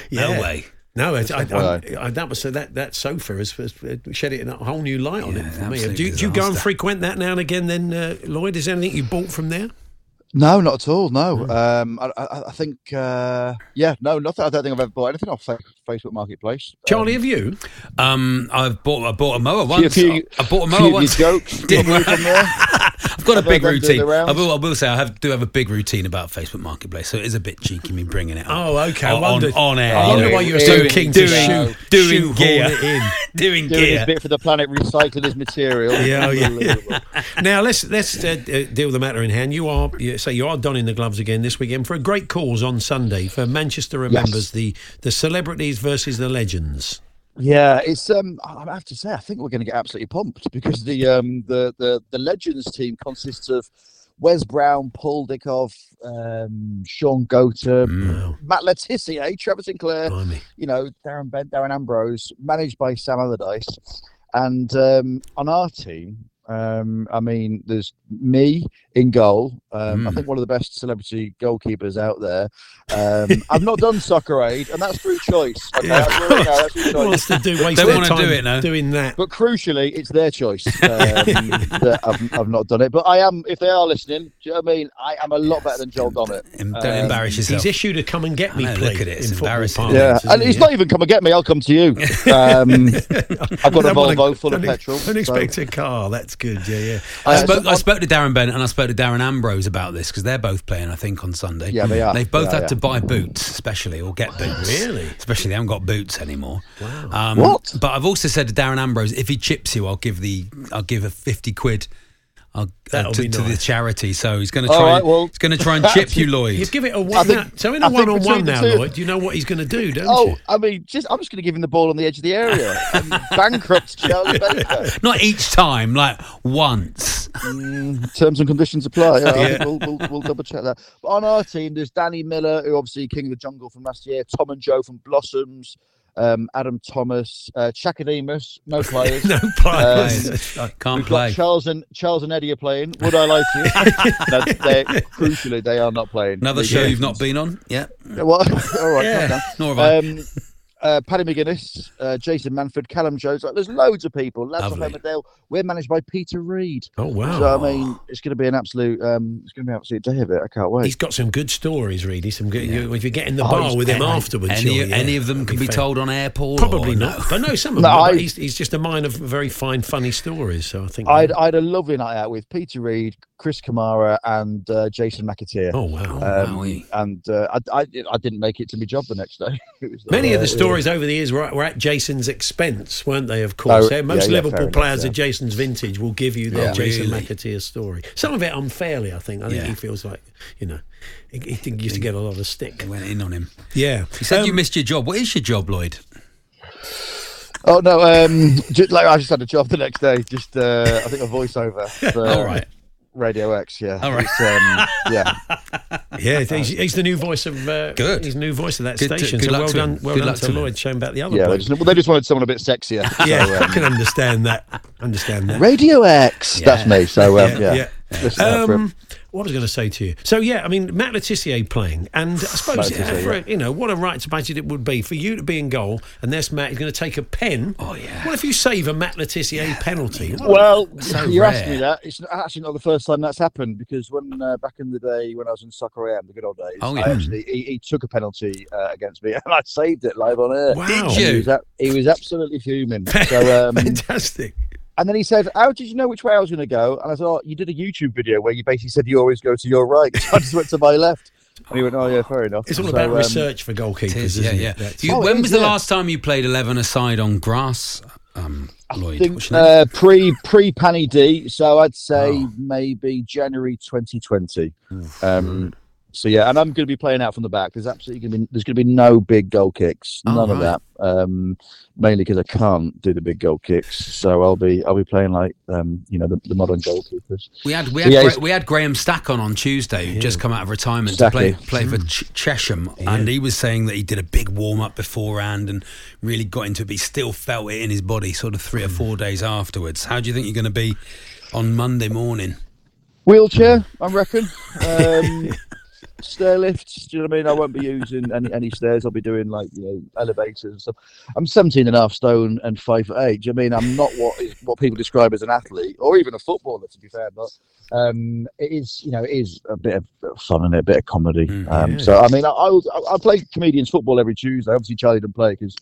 C: Yeah.
D: No way.
C: no, it, I,
G: FYI.
C: I, I, that was so that that sofa has, has shed it in a whole new light on
D: Yeah,
C: it for me.
D: absolute
C: Do, you- do you go and
D: disaster.
C: frequent that now and again? Then, uh, Lloyd, is there anything you bought from there?
G: No, not at all. No.
D: Hmm.
G: Um, I, I, I think, uh, yeah, no, nothing. I don't think I've ever bought anything off Fa- Facebook Marketplace.
C: Charlie, have you?
D: Um, I've bought. I bought a mower
G: Um, see a
D: once.
G: few-
D: I bought a
G: few
D: mower
G: of your
D: once.
G: jokes.
D: Didn't
G: probably
D: work.
G: from there.
D: I've got a
G: I've
D: big
G: done the
D: routine.
G: rounds.
D: I will, I will say I have do have a big routine about Facebook Marketplace, so it is a bit cheeky me bringing it. Up
C: Oh, okay. I
D: On,
C: wondered-
D: on air.
C: I wonder
G: why you were so keen to
D: doing,
G: shoe-
D: doing
C: shoehorn
D: gear,
C: it in.
D: doing
G: Doing his
D: gear.
G: bit for the planet, recycling his material.
C: Yeah, oh, yeah.
G: Unbelievable.
C: now let's let's uh, uh, deal with the matter in hand. You are you say you are donning the gloves again this weekend for a great cause on Sunday for Manchester remembers the the celebrities versus the legends.
G: Yeah, it's um. I I have to say, I think we're going to get absolutely pumped because the um the the the Legends team consists of Wes Brown, Paul Dickov, um, Sean Gota,
D: Mm.
G: Matt Letitia, Trevor Sinclair.
C: Mm. Blimey.
G: You know, Darren Bent, Darren Ambrose, managed by Sam Allardyce, and um, on our team. Um, I mean, there's me in goal. Um,
C: Mm.
G: I think one of the best celebrity goalkeepers out there. Um, I've not done soccer aid, and that's through choice. Okay?
C: Yeah, of
G: That's where we go, that's through
C: Who
G: choice.
C: wants to do waste
D: Don't
C: their
D: wanna do
C: time
D: it, no.
C: doing that?
G: But crucially, it's their choice. Um, that I've, I've not done it. But I am, if they are listening, do you know what I mean? I am a lot better than Joel Dommett.
D: Em- Don't
G: Um,
D: embarrass yourself.
C: He's issued a come and get me
D: I know,
C: plea.
D: look at it, it's
C: in football
D: embarrassing.
C: parlance,
G: Yeah,
C: isn't
G: and
C: it?
G: he's not even come and get me. I'll come to you. Um, I've got a
C: Don't wanna-
G: Volvo full of
C: don't-
G: petrol.
C: Don't
G: so-
C: expect a car. That's good. Yeah, yeah.
D: I
G: Uh,
D: spoke,
G: so
D: I
G: on-
D: spoke to Darren Bennett and I spoke to Darren Ambrose about this because they're both playing, I think, on Sunday.
G: Yeah, they are.
D: They've both
G: Yeah,
D: had
G: yeah.
D: to buy boots, especially, or get boots.
C: Really?
D: Especially, they haven't got boots anymore. Wow. Um,
G: What?
D: But I've also said to Darren Ambrose, if he chips you, I'll give the, I'll give a fifty quid. I'll, uh,
C: That'll
D: to,
C: be
D: to the
C: nice.
D: charity. So he's going to
G: All
D: try.
G: right, well-
D: he's going to try and chip you, Lloyd.
C: You give it a one.
G: think-
C: so in a
G: I think
C: one-on-one
G: between the
C: now,
G: two-
C: Lloyd, you know what he's going to do, don't
G: Oh,
C: you?
G: I mean, just I'm just going to give him the ball on the edge of the area. and bankrupt Charlie Baker.
D: Not each time, like once.
G: Mm, Terms and conditions apply. Yeah, I think We'll, we'll, we'll double check that. But on our team, there's Danny Miller, who obviously King of the Jungle from last year, Tom and Joe from Blossoms, um, Adam Thomas, uh, Chakademus, no players.
C: No
G: Um,
C: players.
D: Can't
G: We've got
D: play.
G: Charles and Charles and Eddie are playing. Would I lie to you? no, they crucially, they are not playing.
D: Another
G: They-
D: show you've not been on. Yeah.
G: Yeah, Well, all right, calm down.
D: Nor have I.
G: Um, uh, Paddy McGuinness, uh, Jason Manford, Callum Jones. Like, there's loads of people. Lads of
D: Lovely.
G: Homerdale. We're managed by Peter Reed.
C: Oh, wow.
G: So I mean, it's going to be an absolute. Um, it's going to be an absolute day of it. I can't wait.
C: He's got some good stories, really. Some good. you- if you get in the
G: Oh,
C: bar
G: he's
C: with him
G: great.
C: afterwards,
D: any,
C: sure, yeah,
D: any of them
C: that'd
D: can be
C: fair.
D: told on airport.
C: Probably
D: or-
C: not. But no, some of
G: No,
C: them. but
G: I-
C: he's, he's just a mine of very fine, funny stories. So I think.
G: I'd, I'd a lovely night out with Peter Reed, Chris Kamara, and uh, Jason McAteer.
C: oh wow.
G: Um,
D: wowee.
G: and uh, I, I, I didn't make it to my job the next day. It was,
C: Many of
G: uh,
C: the stories over the years were at, were at Jason's expense, weren't they? Of course,
G: Oh,
C: Eh, most
G: yeah, yeah,
C: Liverpool
G: fair enough,
C: players
G: yeah.
C: of Jason's vintage will give you the
D: Yeah.
C: Jason
D: Really.
C: McAteer story. Some of it unfairly, I think. I think
D: Yeah.
C: he feels like you know, he, he think he used to get a lot of stick.
D: They went in on him.
C: Yeah,
D: He said you
C: Um,
D: missed your job. What is your job, Lloyd?
G: Oh no! Um, just, like I just had a job the next day. Just uh, I think a voiceover. For
D: All right.
G: Radio X. Yeah.
D: All right.
G: It's, um, yeah.
C: Yeah, he's, he's the new voice of uh,
D: Good.
C: He's the new voice of that
D: Good to-
C: station.
D: good
C: so
D: luck
C: well
D: to
C: done,
D: him.
C: well
D: Good
C: done
D: luck
C: to,
D: to him.
C: Lloyd showing about the other.
G: Yeah. They
C: bloke.
G: just, well, they just wanted someone a bit sexier.
C: yeah,
G: So,
C: I
G: um,
C: can understand that. Understand that.
G: Radio X. That's me. So um,
C: Yeah,
G: yeah.
C: yeah.
G: Listen out for
C: Um,
G: him.
C: what was I going to say to you? So yeah, I mean Matt Letitia playing, and I suppose
G: Matt Letizia,
C: for- you know what a right to batted it would be for you to be in goal, and this Matt is going to take a pen. Oh
D: yeah.
C: What if you save a Matt Letitia penalty? What a-
G: Well,
D: so
G: you asked
D: rare.
G: me that. It's not- actually not the first time that's happened because when uh, back in the day when I was in Soccer AM, the good old days,
D: Oh,
G: I
D: yeah.
G: actually he, he took a penalty uh, against me and I saved it live on air.
C: Wow.
G: And
D: Did you?
G: He was, a- he was absolutely fuming. So um,
C: fantastic.
G: And then he said, How did you know which way I was going to go? And I said, Oh, you did a YouTube video where you basically said you always go to your right. So I just went to my left. And he went, Oh, yeah, fair enough.
C: It's all
G: So,
C: about
G: um,
C: research for goalkeepers,
D: It is, yeah,
C: isn't
D: yeah.
C: it? That's-
D: You-
G: Oh, it
D: when
G: is,
D: was the
G: yeah.
D: last time you played 11 aside on grass, um, Lloyd? What's
G: Think,
D: your name?
G: uh, pre pre Panny D, so I'd say maybe January 2020. Um, so yeah, and I'm going to be playing out from the back. There's absolutely going to be there's going to be no big goal kicks,
D: Oh,
G: none of
D: right.
G: that. Um, mainly because I can't do the big goal kicks, so I'll be I'll be playing like um, you know the, the modern goalkeepers.
D: we had we
G: so
D: had,
G: yeah,
D: Gra-
G: it's-
D: we had Graham Stack on on Tuesday, who just come out of retirement to
G: Stacky.
D: play play for Ch- Chesham, and he was saying that he did a big warm up beforehand and really got into it. But he still felt it in his body, sort of three or four days afterwards. How do you think you're going to be on Monday morning?
G: Wheelchair, I reckon. Um, stair lifts, do you know what I mean? I won't be using any, any stairs. I'll be doing like, you know, elevators and stuff. I'm 17 and a half stone and five foot eight. Do you know what I mean? I'm not what is what people describe as an athlete or even a footballer, to be fair. But um, it is, you know, it is a bit of fun and a bit of comedy.
D: Mm,
G: um, So, I mean, I, I, was- I- I play comedians football every Tuesday. Obviously, Charlie didn't play because.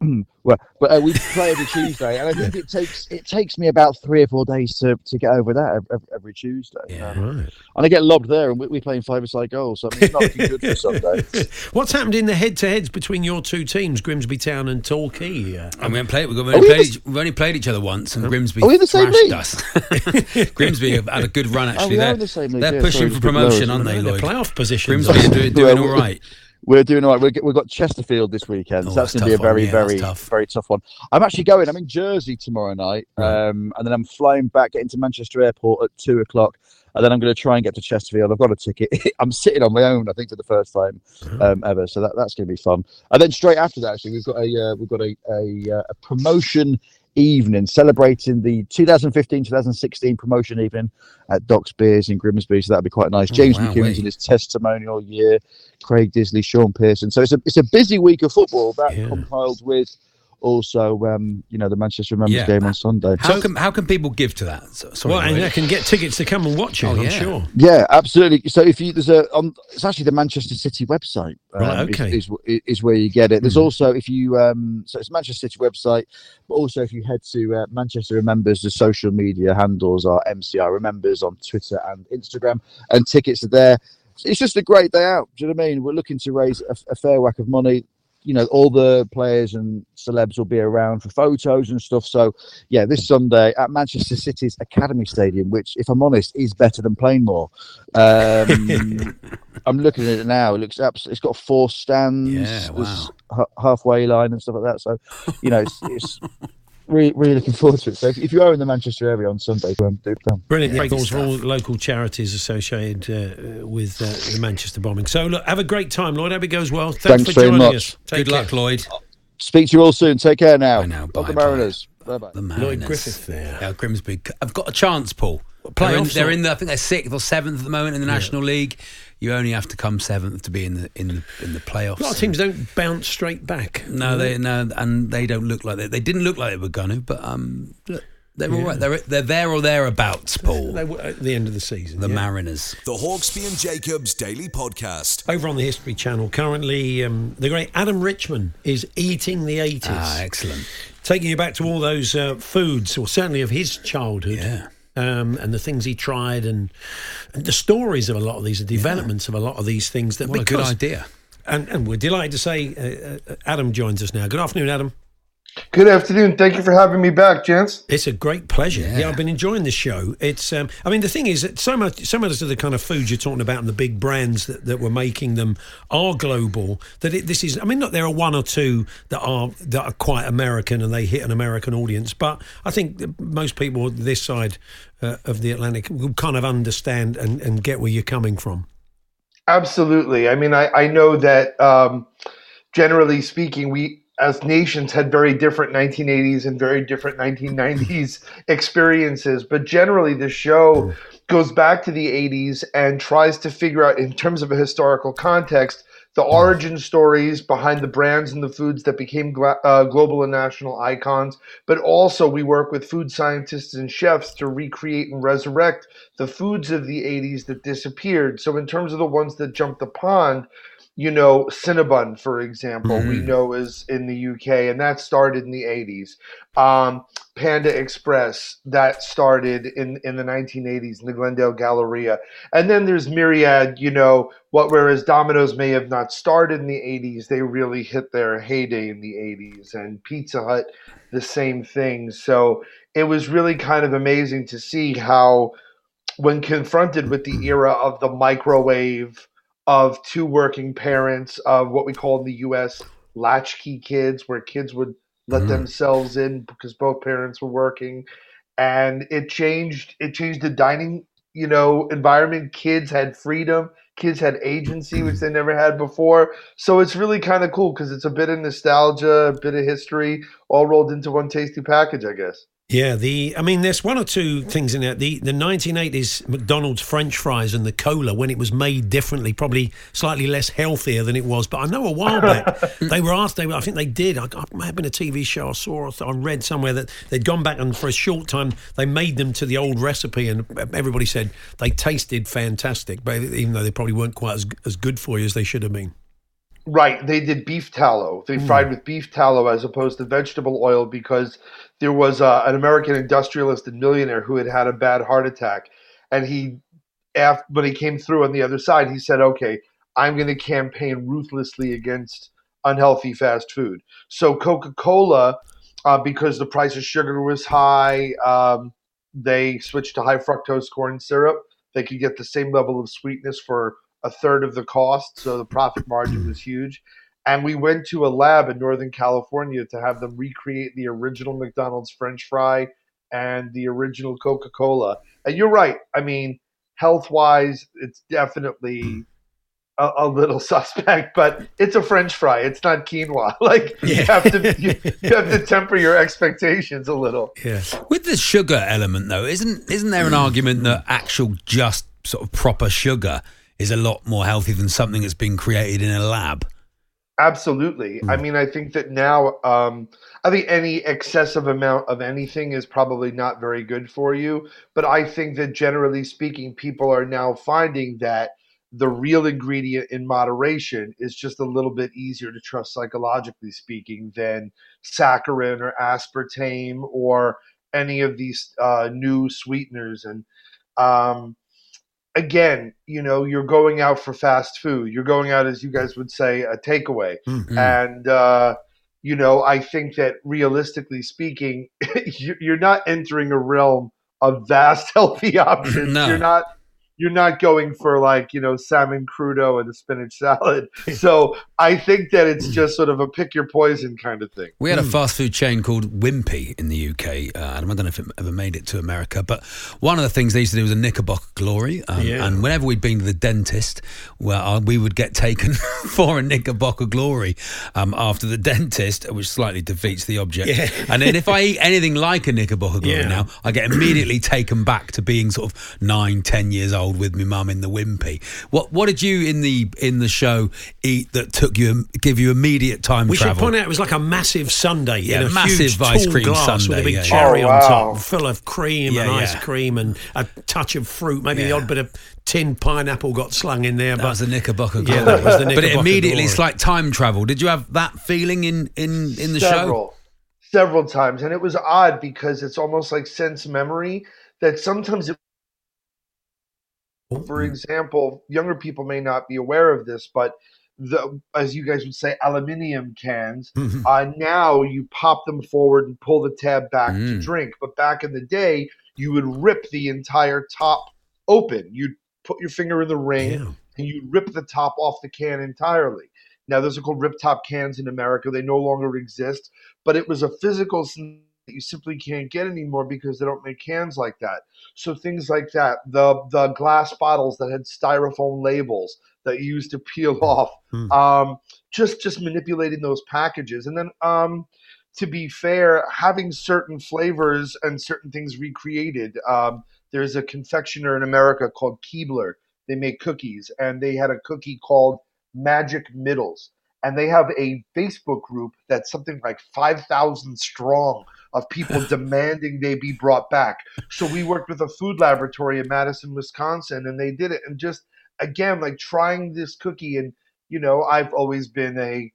G: Well, but uh, we play every Tuesday, and I think it takes it takes me about three or four days to, to get over that ev- ev- every Tuesday. Um,
D: Yeah.
C: Right.
G: And I get lobbed there, and we- we're playing five-a-side goals, so I mean, it's not looking good for Sunday.
C: What's happened in the head-to-heads between your two teams, Grimsby Town and Torquay? Uh,
D: And we haven't played. We've only,
G: Oh, we
D: played
G: the s-
D: each, we've only played each other once, and Grimsby
G: Are we in the same
D: thrashed
G: league?
D: us. Grimsby have had a good run actually.
G: we are
D: they're
G: in the same league,
D: they're
G: yeah,
D: pushing
G: sorry,
D: for
G: just a bit lower,
D: promotion,
G: isn't
D: aren't they,
C: the
D: Lloyd?
C: playoff positions.
D: Grimsby are doing, doing all
G: Well,
D: right.
G: We're doing all right. We're, g- we've got Chesterfield this weekend,
D: Oh,
G: so that's
D: that's
G: going to be a
D: tough one,
G: very,
D: yeah, that's
G: very,
D: tough.
G: very tough one. I'm actually going. I'm in Jersey tomorrow night, um, and then I'm flying back, getting to Manchester Airport at two o'clock, and then I'm going to try and get to Chesterfield. I've got a ticket. I'm sitting on my own, I think, for the first time um, ever, so that, that's going to be fun. And then straight after that, actually, we've got a uh, we've got a a, uh, a promotion evening celebrating the 2015-2016 promotion evening at Doc's Beers in Grimsby. So that'll be quite nice.
D: Oh,
G: James
D: wow,
G: McCune's
D: wait.
G: in his testimonial year. Craig Disley, Sean Pearson. So it's a it's a busy week of football that
C: Yeah.
G: compiled with also um, you know the Manchester Remembers
D: Yeah.
G: game on Sunday.
D: How can how can people give to that? So- Sorry,
C: well, and
D: Lloyd.
C: they can get tickets to come and watch it.
D: Oh,
C: I'm
D: yeah.
C: sure.
G: Yeah, absolutely. So if you there's a on, it's actually the Manchester City website. um,
C: Right,
G: is-
C: okay.
G: Is, is, where you get it. There's also if you um so it's Manchester City website, but also if you head to uh, Manchester Remembers, the social media handles are MCR Remembers on Twitter and Instagram, and tickets are there. It's just a great day out. Do you know what I mean? We're looking to raise a, a fair whack of money. you know, all the players and celebs will be around for photos and stuff. So, yeah, this Sunday at Manchester City's Academy Stadium, which, if I'm honest, is better than Plainmoor. Um, I'm looking at it now. It looks absolutely. It's got four stands.
D: Yeah,
G: there's
D: wow.
G: ha- halfway line and stuff like that. So, you know, it's. it's Really, really looking forward to it. So, if, if you are in the Manchester area on Sunday, um, do come.
C: Brilliant
D: Yeah,
C: thank
D: good
C: calls for all
D: stuff.
C: local charities associated uh, uh, with uh, the Manchester bombing. So, look, have a great time, Lloyd. Hope it goes well. Thanks,
G: Thanks
C: for
G: very
C: joining
G: much.
C: us.
D: Good
C: care.
D: luck, Lloyd.
G: Speak to you all soon. Take care now.
D: I know,
G: Up
D: bye,
G: the
D: bye.
G: Mariners. Bye bye.
D: The Mariners.
C: Lloyd Griffith there.
D: Yeah, Grimsby. I've got a chance, Paul. They're in,
C: Playoffs
D: they're
C: or-
D: in the, I think they're sixth or seventh at the moment in the National League. You only have to come seventh to be in the in the in the playoffs.
C: A lot of teams don't bounce straight back.
D: No, they no, and they don't look like they. They didn't look like they were gonna, but um, look, they're all right. They're they're there or thereabouts, Paul.
C: They were at the end of the season.
D: the
C: yeah.
D: Mariners.
B: The Hawksby and Jacobs Daily Podcast.
C: Over on the History Channel, currently um, the great Adam Richman is eating the 80s.
D: Ah, excellent.
C: taking you back to all those uh, foods, or certainly of his childhood.
D: Yeah.
C: Um, and the things he tried, and, and the stories of a lot of these, the developments of a lot of these things. That
D: What
C: because-
D: a good idea.
C: And, and we're delighted to say uh, uh, Adam joins us now. Good afternoon, Adam.
H: Good afternoon. Thank you for having me back, gents.
C: It's a great pleasure. Yeah,
D: Yeah.
C: I've been enjoying this show. It's, um, I mean, the thing is that so much, so much of the kind of food you're talking about and the big brands that, that were making them are global. That it, this is, I mean, look, there are one or two that are that are quite American and they hit an American audience, but I think that most people this side uh, of the Atlantic will kind of understand and, and get where you're coming from.
H: Absolutely. I mean, I, I know that um, generally speaking, we as nations had very different 1980s and very different 1990s experiences, but generally the show goes back to the 80s and tries to figure out, in terms of a historical context, the origin stories behind the brands and the foods that became gla- uh, global and national icons, but also we work with food scientists and chefs to recreate and resurrect the foods of the 80s that disappeared. So, in terms of the ones that jumped the pond, you know, Cinnabon, for example, we know is in the UK, and that started in the 80s. Um, Panda Express, that started in, in the 1980s in the Glendale Galleria. And then there's Myriad, you know, what whereas Domino's may have not started in the 80s, they really hit their heyday in the 80s, and Pizza Hut, the same thing. So it was really kind of amazing to see how when confronted with the era of the microwave, of two working parents, of what we call in the US latchkey kids, where kids would let themselves in because both parents were working. And it changed it changed the dining, you know, environment. Kids had freedom, kids had agency, which they never had before. So it's really kind of cool because it's a bit of nostalgia, a bit of history, all rolled into one tasty package, I guess.
C: Yeah, the I mean, there's one or two things in there. The the 1980s McDonald's French fries and the cola, when it was made differently, probably slightly less healthier than it was. But I know a while back they were asked. They were, I think they did. I, I it may have been a TV show I saw. Or th- I read somewhere that they'd gone back and for a short time they made them to the old recipe, and everybody said they tasted fantastic, but even though they probably weren't quite as as good for you as they should have been.
H: Right, they did beef tallow. They fried with beef tallow as opposed to vegetable oil because there was uh, an American industrialist and millionaire who had had a bad heart attack, and he, after, when he came through on the other side, he said, "Okay, I'm going to campaign ruthlessly against unhealthy fast food." So Coca-Cola, uh, because the price of sugar was high, um, they switched to high fructose corn syrup. They could get the same level of sweetness for a third of the cost, so the profit margin was huge. And we went to a lab in Northern California to have them recreate the original McDonald's French fry and the original Coca Cola. And you're right. I mean, health wise, it's definitely a, a little suspect, but it's a French fry. It's not quinoa. Like you have to you, you have to temper your expectations a little.
C: Yeah.
D: With the sugar element, though, isn't isn't there
C: Mm.
D: an argument that actual just sort of proper sugar is a lot more healthy than something that's been created in a lab?
H: Absolutely. I mean, I think that now, um, I think any excessive amount of anything is probably not very good for you. But I think that generally speaking, people are now finding that the real ingredient in moderation is just a little bit easier to trust psychologically speaking than saccharin or aspartame or any of these uh, new sweeteners. And um, again, you know, you're going out for fast food. You're going out, as you guys would say, a takeaway.
D: Mhm.
H: And, uh, you know, I think that realistically speaking, you- you're not entering a realm of vast healthy options.
D: No.
H: You're not. You're not going for like you know salmon crudo and a spinach salad. So I think that it's just sort of a pick your poison kind of thing.
D: We
C: Hmm.
D: had a fast food chain called Wimpy in the UK, uh, and I don't know if it ever made it to America. But one of the things they used to do was a Knickerbocker Glory, um,
C: Yeah.
D: and whenever we'd been to the dentist, well, uh, we would get taken for a Knickerbocker Glory um, after the dentist, which slightly defeats the object.
C: Yeah.
D: And then if I eat anything like a Knickerbocker Glory
C: Yeah.
D: now, I get immediately taken back to being sort of nine, ten years old with my mum in the Wimpy. What What did you in the in the show eat that took you give you immediate time
C: We
D: travel?
C: should point out it was like a massive sundae.
D: Yeah,
C: in a
D: massive
C: huge
D: ice
C: tall
D: cream
C: glass with
D: sundae,
C: a big
D: yeah, yeah.
C: cherry
H: Oh,
C: on
H: wow.
C: top, full of cream
D: Yeah,
C: and ice
D: yeah.
C: cream and a touch of fruit. Maybe the
D: Yeah.
C: odd bit of tinned pineapple got slung in there.
D: That
C: but
D: was the Knickerbocker
C: Yeah,
D: glory.
C: that was the
D: but it
C: Knickerbocker
D: immediately, it's
C: glory.
D: like time travel. Did you have that feeling in in in the show?
H: several, several times, and it was odd because it's almost like sense memory that sometimes it.
D: Oh,
H: For example, younger people may not be aware of this, but the as you guys would say, aluminium cans.
D: Mm-hmm.
H: Uh, now you pop them forward and pull the tab back to
D: Mm.
H: drink, but back in the day, you would rip the entire top open. You'd put your finger in the ring
C: Yeah.
H: and you rip the top off the can entirely. Now, those are called rip top cans in America. They no longer exist, but it was a physical thing that you simply can't get anymore because they don't make cans like that. So things like that, the the glass bottles that had styrofoam labels that you used to peel off,
C: Mm.
H: um, just just manipulating those packages, and then. Um, to be fair, having certain flavors and certain things recreated. Um, there's a confectioner in America called Keebler. They make cookies, and they had a cookie called Magic Middles. And they have a Facebook group that's something like 5,000 strong of people demanding they be brought back. So we worked with a food laboratory in Madison, Wisconsin, and they did it. And just again, like trying this cookie, and you know, I've always been a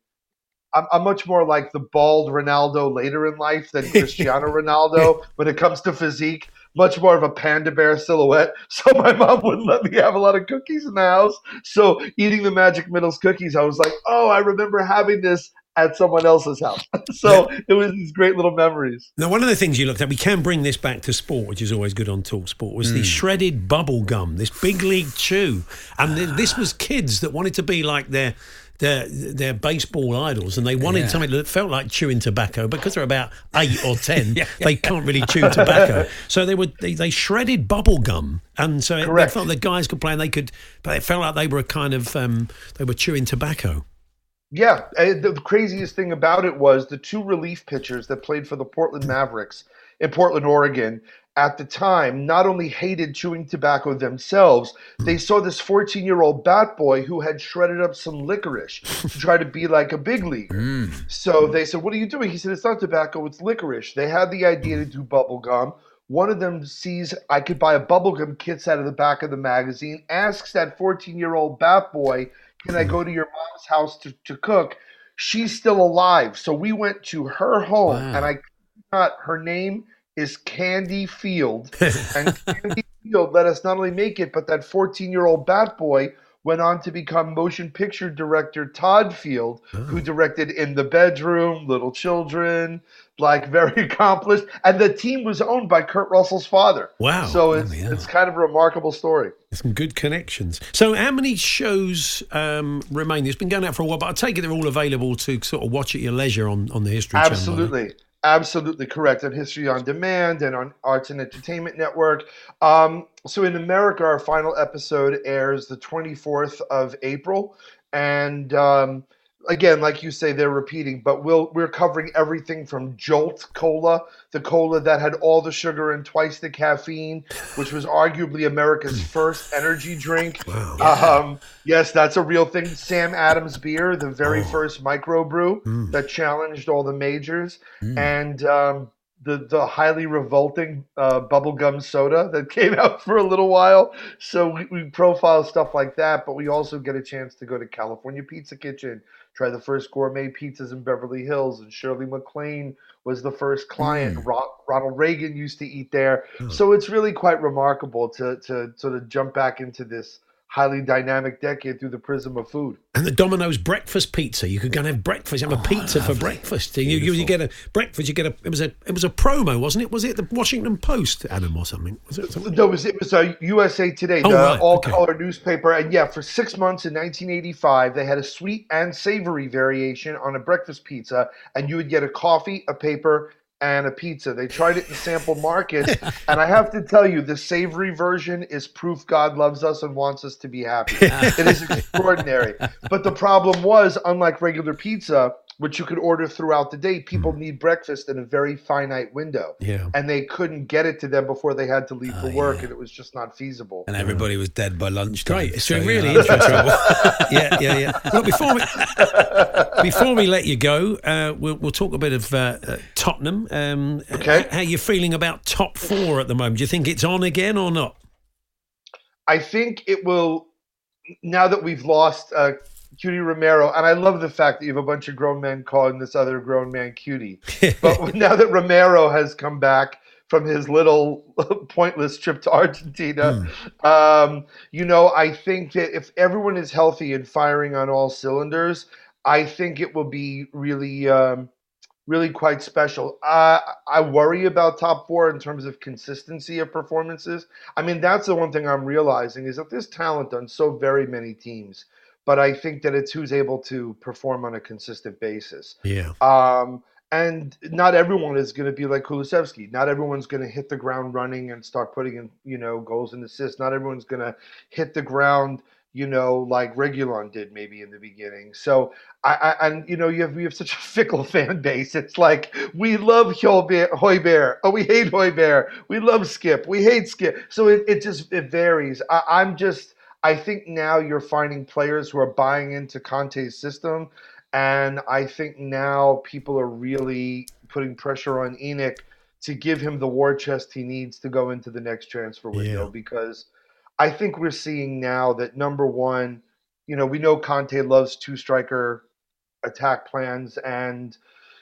H: I'm, I'm much more like the bald Ronaldo later in life than Cristiano Ronaldo when it comes to physique. Much more of a panda bear silhouette. So my mom wouldn't let me have a lot of cookies in the house. So eating the Magic Middles cookies, I was like, oh, I remember having this at someone else's house. so it was these great little memories.
C: Now, one of the things you looked at, we can bring this back to sport, which is always good on Talk Sport, was the shredded bubble gum, this big league chew. And th- this was kids that wanted to be like their. Their, their baseball idols, and they wanted
D: Yeah.
C: something that felt like chewing tobacco because they're about eight or ten, they can't really chew tobacco. So they would they, they shredded bubble gum, and so it, they
H: Correct.
C: felt the guys could play and they could, but it felt like they were a kind of um, they were chewing tobacco.
H: Yeah, uh, the craziest thing about it was the two relief pitchers that played for the Portland Mavericks in Portland, Oregon, at the time not only hated chewing tobacco themselves, they saw this 14 year old bat boy who had shredded up some licorice to try to be like a big leaguer. So they said, What are you doing? He said, It's not tobacco, it's licorice. They had the idea to do bubble gum. One of them sees I could buy a bubblegum kits out of the back of the magazine, asks that 14 year old bat boy, Can I go to your mom's house to, to cook? She's still alive. So we went to her home, and I not her name is Candy Field. and Candy Field let us not only make it, but that 14 year old bat boy went on to become motion picture director Todd Field, who directed In the Bedroom, Little Children, like very accomplished. And the team was owned by Kurt Russell's father.
C: Wow.
H: So it's,
D: yeah.
H: it's kind of a remarkable story.
C: Some good connections. So, how many shows um, remain? It's been going out for a while, but I take it they're all available to sort of watch at your leisure on, on the History Channel.
H: absolutely absolutely correct on history on demand and on arts and entertainment network um, so in america our final episode airs the 24th of april and um, again like you say they're repeating but we'll we're covering everything from jolt cola the cola that had all the sugar and twice the caffeine which was arguably america's
C: Hmm.
H: first energy drink um, yes that's a real thing sam adams beer the
C: Oh. Hmm.
H: very first microbrew that challenged all the majors and um, the the highly revolting uh, bubblegum soda that came out for a little while. So we, we profile stuff like that, but we also get a chance to go to California Pizza Kitchen, try the first gourmet pizzas in Beverly Hills, and Shirley MacLaine was the first
C: Hmm.
H: client. Ro- Ronald Reagan used to eat there, so it's really quite remarkable to to sort of jump back into this highly dynamic decade through the prism of food.
C: And the Domino's breakfast pizza. You could go and have breakfast.
H: Oh,
C: Have a pizza for breakfast. You, you, you get a breakfast. You get a. It was a. It was a promo, wasn't it? Was it the Washington Post, Adam, or something? Was it something?
H: No, it was it was uh, USA Today,
C: Oh,
H: the
C: right,
H: all
C: okay.
H: color newspaper, and yeah, for six months in 1985, they had a sweet and savory variation on a breakfast pizza, and you would get a coffee, a paper, and a pizza. They tried it in sample markets, and I have to tell you, the savory version is proof God loves us and wants us to be happy. it is extraordinary, but the problem was, unlike regular pizza. Which you could order throughout the day. People need breakfast in a very finite window
C: Hmm. Yeah. Ah,
H: and they couldn't get it to them before they had to leave for work, and it was just not feasible.
D: and everybody was dead by lunchtime.
C: Great. It's
D: So,
C: been
D: yeah,
C: really
D: that's-
C: interesting. yeah, yeah, yeah. Look, before we before we let you go, uh, we'll we'll talk a bit of uh, uh, Tottenham. Um,
H: Okay.
C: h- How you feeling about top four at the moment? Do you think it's on again or not?
H: I think it will now that we've lost uh, Cutie Romero, and I love the fact that you have a bunch of grown men calling this other grown man cutie. but now that Romero has come back from his little pointless trip to Argentina, um, you know, I think that if everyone is healthy and firing on all cylinders, I think it will be really. Um, Really, quite special. I I worry about top four in terms of consistency of performances. I mean, that's the one thing I'm realizing is that there's talent on so very many teams, but I think that it's who's able to perform on a consistent basis.
C: Yeah.
H: Um, and not everyone is going to be like Kulusevski. Not everyone's going to hit the ground running and start putting in, you know, goals and assists. Not everyone's going to hit the ground, you know, like Regulon did maybe in the beginning. So I, I and you know, you have we have such a fickle fan base. It's like we love Hoybear, Hoybear. oh we hate Hoybear. We love Skip, we hate Skip. So it, it just it varies. I, I'm just I think now you're finding players who are buying into Conte's system. And I think now people are really putting pressure on Enoch to give him the war chest he needs to go into the next transfer window
C: Yeah.
H: because I think we're seeing now that number one, you know, we know Conte loves two striker attack plans and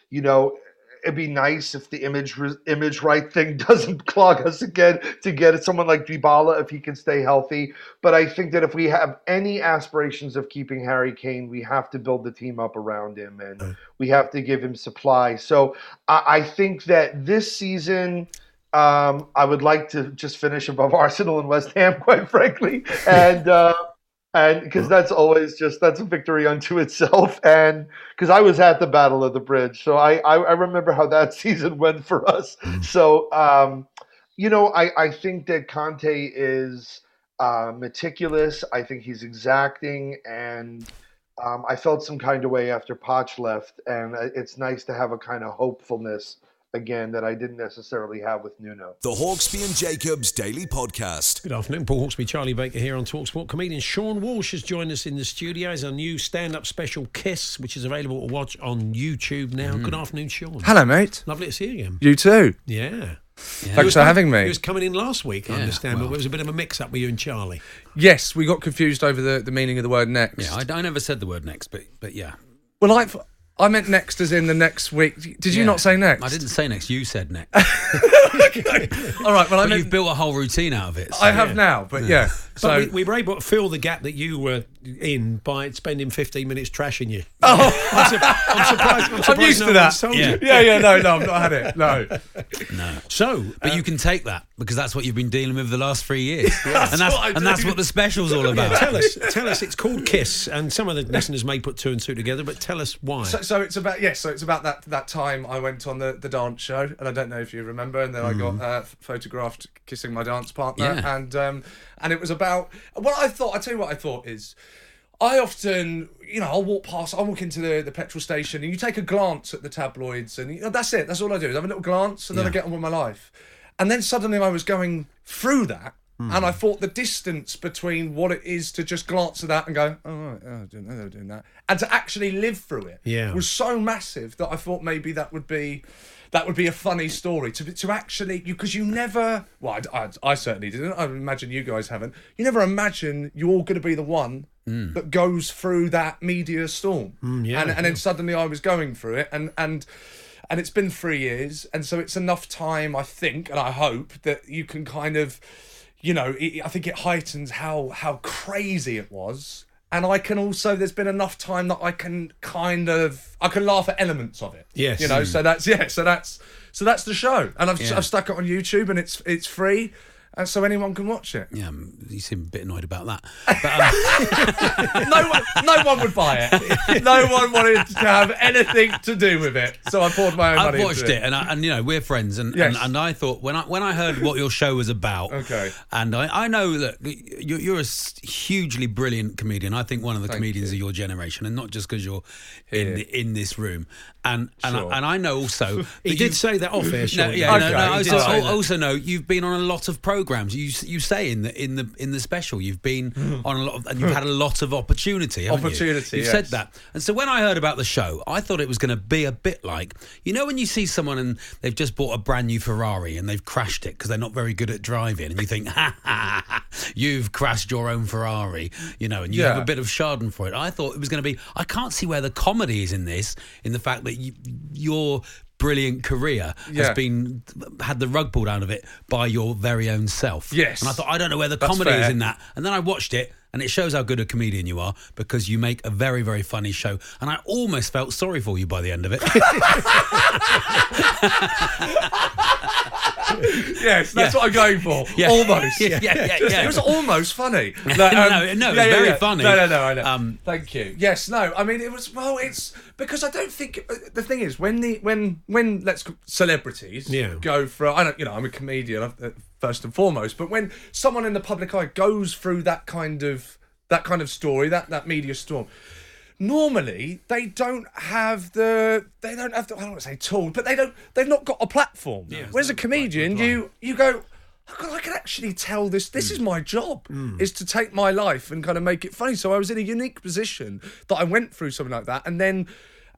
H: you know it'd be nice if the image re- image right thing doesn't clog us again to get someone like Dybala if he can stay healthy but I think that if we have any aspirations of keeping Harry Kane we have to build the team up around him and we have to give him supply so I, I think that this season um, I would like to just finish above Arsenal and West Ham quite frankly and uh, and because that's always just that's a victory unto itself and because i was at the battle of the bridge so i i, I remember how that season went for us so um you know i i think that conte is uh meticulous i think he's exacting and um, I felt some kind of way after Potch left, and uh, it's nice to have a kind of hopefulness again that I didn't necessarily have with Nuno.
B: The Hawksby and Jacobs Daily Podcast.
C: Good afternoon, Paul Hawksby, Charlie Baker here on Talksport. Comedian Sean Walsh has joined us in the studio. As our new stand-up special, Kiss, which is available to watch on YouTube now. Good afternoon, Sean.
I: Mm. Hello, mate.
C: Lovely to see you again.
I: You too.
C: Yeah.
I: Thanks for having me.
C: He was coming in last week, I
D: Yeah,
C: understand,
D: well.
C: but it was a bit of a mix-up with you and Charlie.
I: Yes, we got confused over the, the meaning of the word next.
D: Yeah, I, I never said the word next, but but yeah.
I: well, I I meant next as in the next week. Did you
D: Yeah.
I: not say next?
D: I didn't say next. You said next.
I: All right. Well, I
D: but
I: meant
D: you've built a whole routine out of it. so-
I: I have now, but yeah. So
C: but we, we were able to fill the gap that you were in by spending 15 minutes trashing you.
I: Oh.
C: I'm, su- I'm surprised. I'm, surprised
I: I'm used
C: no
I: to
C: one's
I: that.
C: told
I: Yeah.
C: you.
I: yeah, yeah, no, no, I've not had it. No. Uh,
C: So,
D: But you can take that because that's what you've been dealing with the last three years, and that's and that's what the special's all about.
C: tell us, tell us, it's called Kiss, and some of the listeners may put two and two together, but tell us why.
I: So, so it's about yes. So it's about that that time I went on the, the dance show, and I don't know if you remember. And then I got uh, f- photographed kissing my dance partner,
D: Yeah.
I: and um, and it was about what I thought. I tell you what I thought is. I often, you know, I'll walk past, I'll walk into the, the petrol station and you take a glance at the tabloids and you know, that's it. That's all I do is have a little glance and then I get on with my life. And then suddenly I was going through that and I thought the distance between what it is to just glance at that and go, oh, right, oh, I didn't know they were doing that, and to actually live through it
C: Yeah.
I: was so massive that I thought maybe that would be That would be a funny story to to actually because you never. Well, I, I, I certainly didn't. I imagine you guys haven't. You never imagine you're going to be the one
D: mm.
I: that goes through that media storm.
C: Mm, yeah,
I: and, and then suddenly I was going through it, and and and it's been three years, and so it's enough time, I think, and I hope that you can kind of, you know, it, I think it heightens how how crazy it was, and I can also there's been enough time that I can kind of I can laugh at elements of it.
C: Yes.
I: you know, so that's yeah, so that's so that's the show, and I've I've stuck it on YouTube, and it's it's free, and so anyone can watch it.
D: Yeah, um, you seem a bit annoyed about that. But, um,
I: no one, no one would buy it. No one wanted to have anything to do with it. So I poured my own money.
D: I've
I: into
D: watched it, and, I, and you know we're friends, and,
I: Yes.
D: and and I thought when I when I heard what your show was about,
I: Okay.
D: and I, I know that you're, you're a s- hugely brilliant comedian. I think one of the comedians of your generation, and not just because you're in the, in this room, and and,
I: Sure.
D: I, and I know also
C: He
D: that
C: did
D: you-
C: say that off air.
D: No,
C: surely.
D: yeah, no,
I: Okay,
D: no, I
I: he did
D: also,
I: say that.
D: also know you've been on a lot of programs. You s- you say in the in the in the special you've been on a lot of, and you've had a lot of opportunity. haven't you?
I: Hmm. Opportunity,
D: You've
I: yes.
D: said that, and so when I heard about the show, I thought it was going to be a bit like you know when you see someone and they've just bought a brand new Ferrari and they've crashed it because they're not very good at driving, and you think ha ha, ha, you've crashed your own Ferrari, you know, and you have
I: Yeah.
D: a bit of Chardon for it. I thought it was going to be. I can't see where the comedy is in this, in the fact that you, your brilliant career
I: Yeah.
D: has been had the rug pulled out of it by your very own self.
I: Yes.
D: and I thought I don't know where the
I: That's
D: comedy is
I: fair.
D: in that. And then I watched it, and it shows how good a comedian you are because you make a very very funny show. And I almost felt sorry for you by the end of it.
I: Yes, that's what I'm going for.
D: Yeah.
I: Almost.
D: Yeah, yeah, yeah,
I: Just-
D: yeah.
I: It was almost funny. um,
D: No, no, no, it was very funny.
I: No, no, no, I know.
D: Um,
I: Thank you. Yes, no. I mean, it was well. It's because I don't think uh, the thing is when the when when let's c- celebrities
C: Yeah.
I: go for I don't you know I'm a comedian uh, first and foremost, but when someone in the public eye goes through that kind of that kind of story that that media storm normally they don't have the they don't have the, I don't want to say tools, but they don't they've not got a platform. Whereas a comedian, you you go. "Oh, God, I can actually tell this. This
D: Hmm.
I: is my job, is to take my life and kind of make it funny. So I was in a unique position that I went through something like that, and then,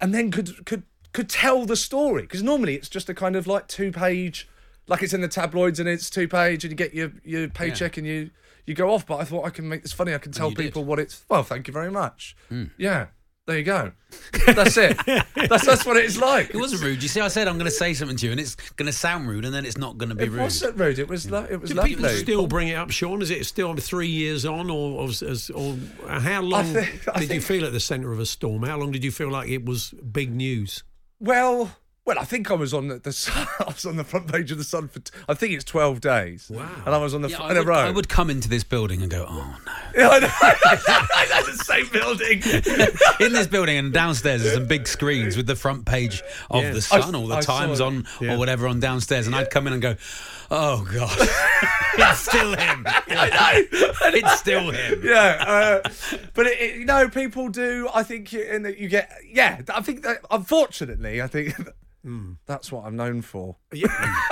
I: and then could could could tell the story because normally it's just a kind of like two page, like it's in the tabloids and it's two page, and you get your your paycheck and you you go off. But I thought I can make this funny. I can tell people what it's. Well, thank you very much. Yeah, there you go. That's it. that's that's what it's like.
D: it wasn't rude. You see, I said I'm going to say something to you, and it's going to sound rude, and then it's not going to be
I: It
D: rude.
I: wasn't rude. It was lo- it was
C: Do
I: lovely.
C: people still bring it up, Sean? Is it still three years on, or, or, as- or uh, how long
I: think- I
C: did you
I: think-
C: feel at the centre of a storm? How long did you feel like it was big news?
I: Well, well, I think I was on the, the Sun- I was on the front page of the Sun for t- I think it's twelve days. Wow. And I was on the
D: Yeah,
I: front
D: I,
I: in
D: would,
I: a row.
D: I would come into this building and go, oh no.
I: Yeah, I know. I know the same building.
D: in this building and downstairs there's some big screens with the front page of the sun
I: I-
D: or the
I: I saw
D: times
I: it.
D: on
C: Yeah.
D: or whatever on downstairs and i'd come in and go oh god it's still him it's still him
I: yeah, uh, but it, it, you know, people do. I think, you, and that you get. Yeah, I think that unfortunately, I think
C: Hmm.
I: that's what I'm known for.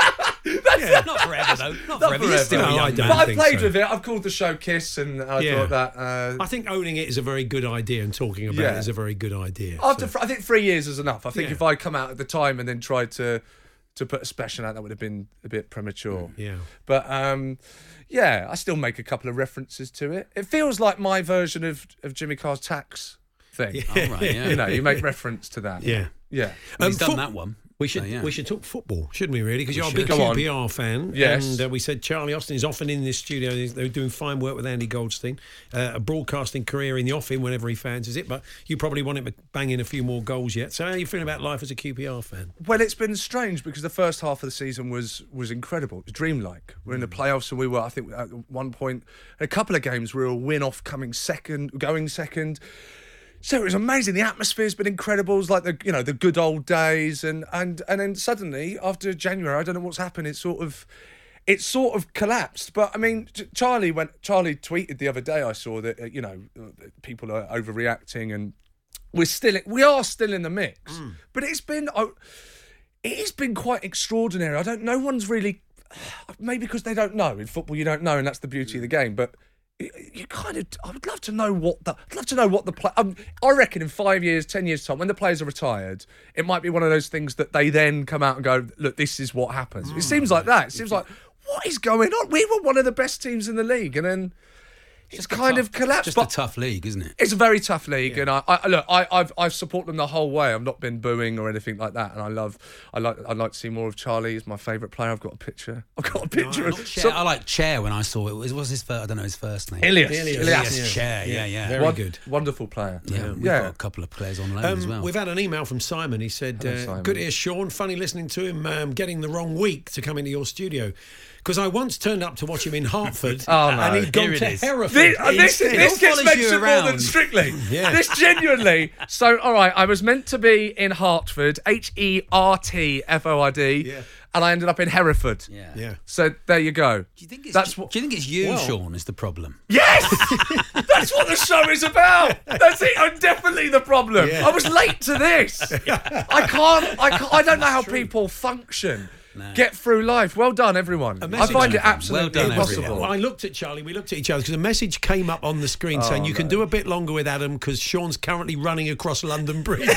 D: not forever though not, forever, You're
I: forever.
D: still
C: No,
D: young,
C: I don't
D: man.
I: but I
C: think
I: played
C: so.
I: with it. I've called the show Kiss, and I
C: Yeah.
I: thought that. Uh,
C: I think owning it is a very good idea, and talking about it
I: Yeah.
C: is a very good idea. so-
I: After fr- I think three years is enough. I think
C: Yeah.
I: if I come out at the time and then tried to to put a special out, that would have been a bit premature.
C: Mm, yeah.
I: But um, yeah, I still make a couple of references to it. It feels like my version of of Jimmy Carr's tax thing.
D: All Oh, right, yeah.
I: You know, you make reference to that.
C: Yeah.
I: yeah.
C: Um,
D: he's done
C: fo-
D: that one
C: We should
D: So, yeah.
C: we should talk football, shouldn't we? Really, because
D: We
C: you're a
D: should.
C: big
I: Go on.
C: QPR fan.
I: Yes.
C: and uh, we said Charlie Austin is often in this studio. He's- They're doing fine work with Andy Goldstein, uh, a broadcasting career in the offing whenever he fancies it. But you probably want him to bang in a few more goals yet. So how are you feeling about life as a QPR fan?
I: Well, it's been strange because the first half of the season was was incredible. It was dreamlike. We're in the playoffs, and we were, I think, at one point, a couple of games, we were a win off coming second, going second. So it was amazing. The atmosphere's been incredible. It's like the you know the good old days, and and and then suddenly after January, I don't know what's happened. It's sort of it's sort of collapsed. But I mean, Ch- Charlie went. Charlie tweeted the other day. I saw that uh, you know uh, people are overreacting, and we're still we are still in the mix. But it's been I- it has been quite extraordinary. I don't. No one's really maybe because they don't know in football. You don't know, and that's the beauty of the game. But you, you kind of. I would love to know what the. I'd love to know what the play. Um, I reckon in five years, ten years time, when the players are retired, it might be one of those things that they then come out and go, "Look, this is what happens." It seems like that. It seems like what is going on? We were one of the best teams in the league, and then it's, kind
D: Tough-
I: of collapsed.
D: Just
I: but-
D: a tough league, isn't it?
I: it's a very tough league, and I, I look. I, I've I've supported them the whole way. I've not been booing or anything like that. And I love. I like. I'd like to see more of Charlie. He's my favourite player. I've got a picture. I've got a picture
D: Not
I: of
D: Chair.
I: so-
D: I like Chair when I saw it. What was his first? I don't know his first name.
I: Ilias.
C: Ilias,
D: Ilias
C: yeah.
D: Chair. Yeah, yeah.
C: Very
I: Won-
C: good.
I: Wonderful player.
D: Yeah, we've
I: Yeah.
D: got a couple of players on loan
C: Um,
D: as well.
C: We've had an email from Simon. He said, uh,
I: Simon.
C: "Good to hear Sean. Funny listening to him. Um, getting the wrong week to come into your studio because I once turned up to watch him in Hartford,
I: Oh, no.
C: and he'd gone
D: Here it
C: to
D: is.
C: Hereford.
I: This, uh, this,
D: He
I: this
D: still
I: gets
D: follows you
I: mentioned more than
D: around.
I: strictly.
C: Yeah.
I: This genuinely. So, all right, I was meant to be in Hartford, H E R T F O R D,
C: Yeah.
I: and I ended up in Hereford.
D: yeah.
C: yeah,
I: So there you go.
D: Do you think it's,
I: That's
D: That's
I: what-
D: do you think it's you, Sean, is the problem?
I: Yes! That's what the show is about. That's it. I'm definitely the problem. I was late to this. I can't I can't, I don't know how people function. Get through life. Well done, everyone. I
C: message
I: find
C: to
I: it
C: them.
I: absolutely
D: Well done,
I: impossible.
D: everyone.
C: Well, I looked at Charlie. We looked at each other because a message came up on the screen
I: Oh,
C: saying you can do a bit longer with Adam because Sean's currently running across London Bridge.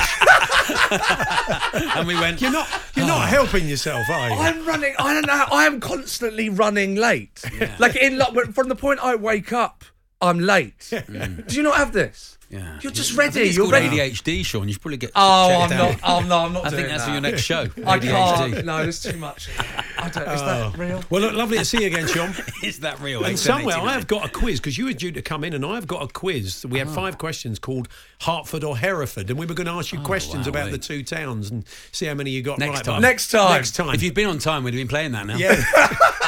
D: and we went.
C: you're not. You're not helping yourself, are you?
I: I'm running. "Ah." I don't know. how- I am constantly running late. Like in like, from the point I wake up, I'm late. Do you not have this?
D: Mm. Yeah.
I: You're just
D: I think
I: ready.
D: it's
I: You're
D: called
I: ready.
D: ADHD, Sean. You should probably get.
I: Oh,
D: checked
I: I'm
D: out.
I: not. Oh no, I'm not
D: I
I: doing
D: think that's
I: that.
D: for your next show.
I: I
D: ADHD.
I: can't. No, there's too much. I don't. Is that real?
C: Oh. Well, look, lovely to see you again, Sean.
D: Is that real?
C: And
D: 810,
C: somewhere
D: 810.
C: I have got a quiz because you were due to come in, and I've got a quiz. We had
I: Ah.
C: five questions called Hartford or Hereford, and we were going to ask you questions
D: wow,
C: about
D: wait.
C: the two towns and see how many you got
D: Next
C: right.
D: time.
C: but-
I: Oh, eh? Next time.
C: Next time.
D: If you'd been on time, we'd have been playing that now.
C: yeah,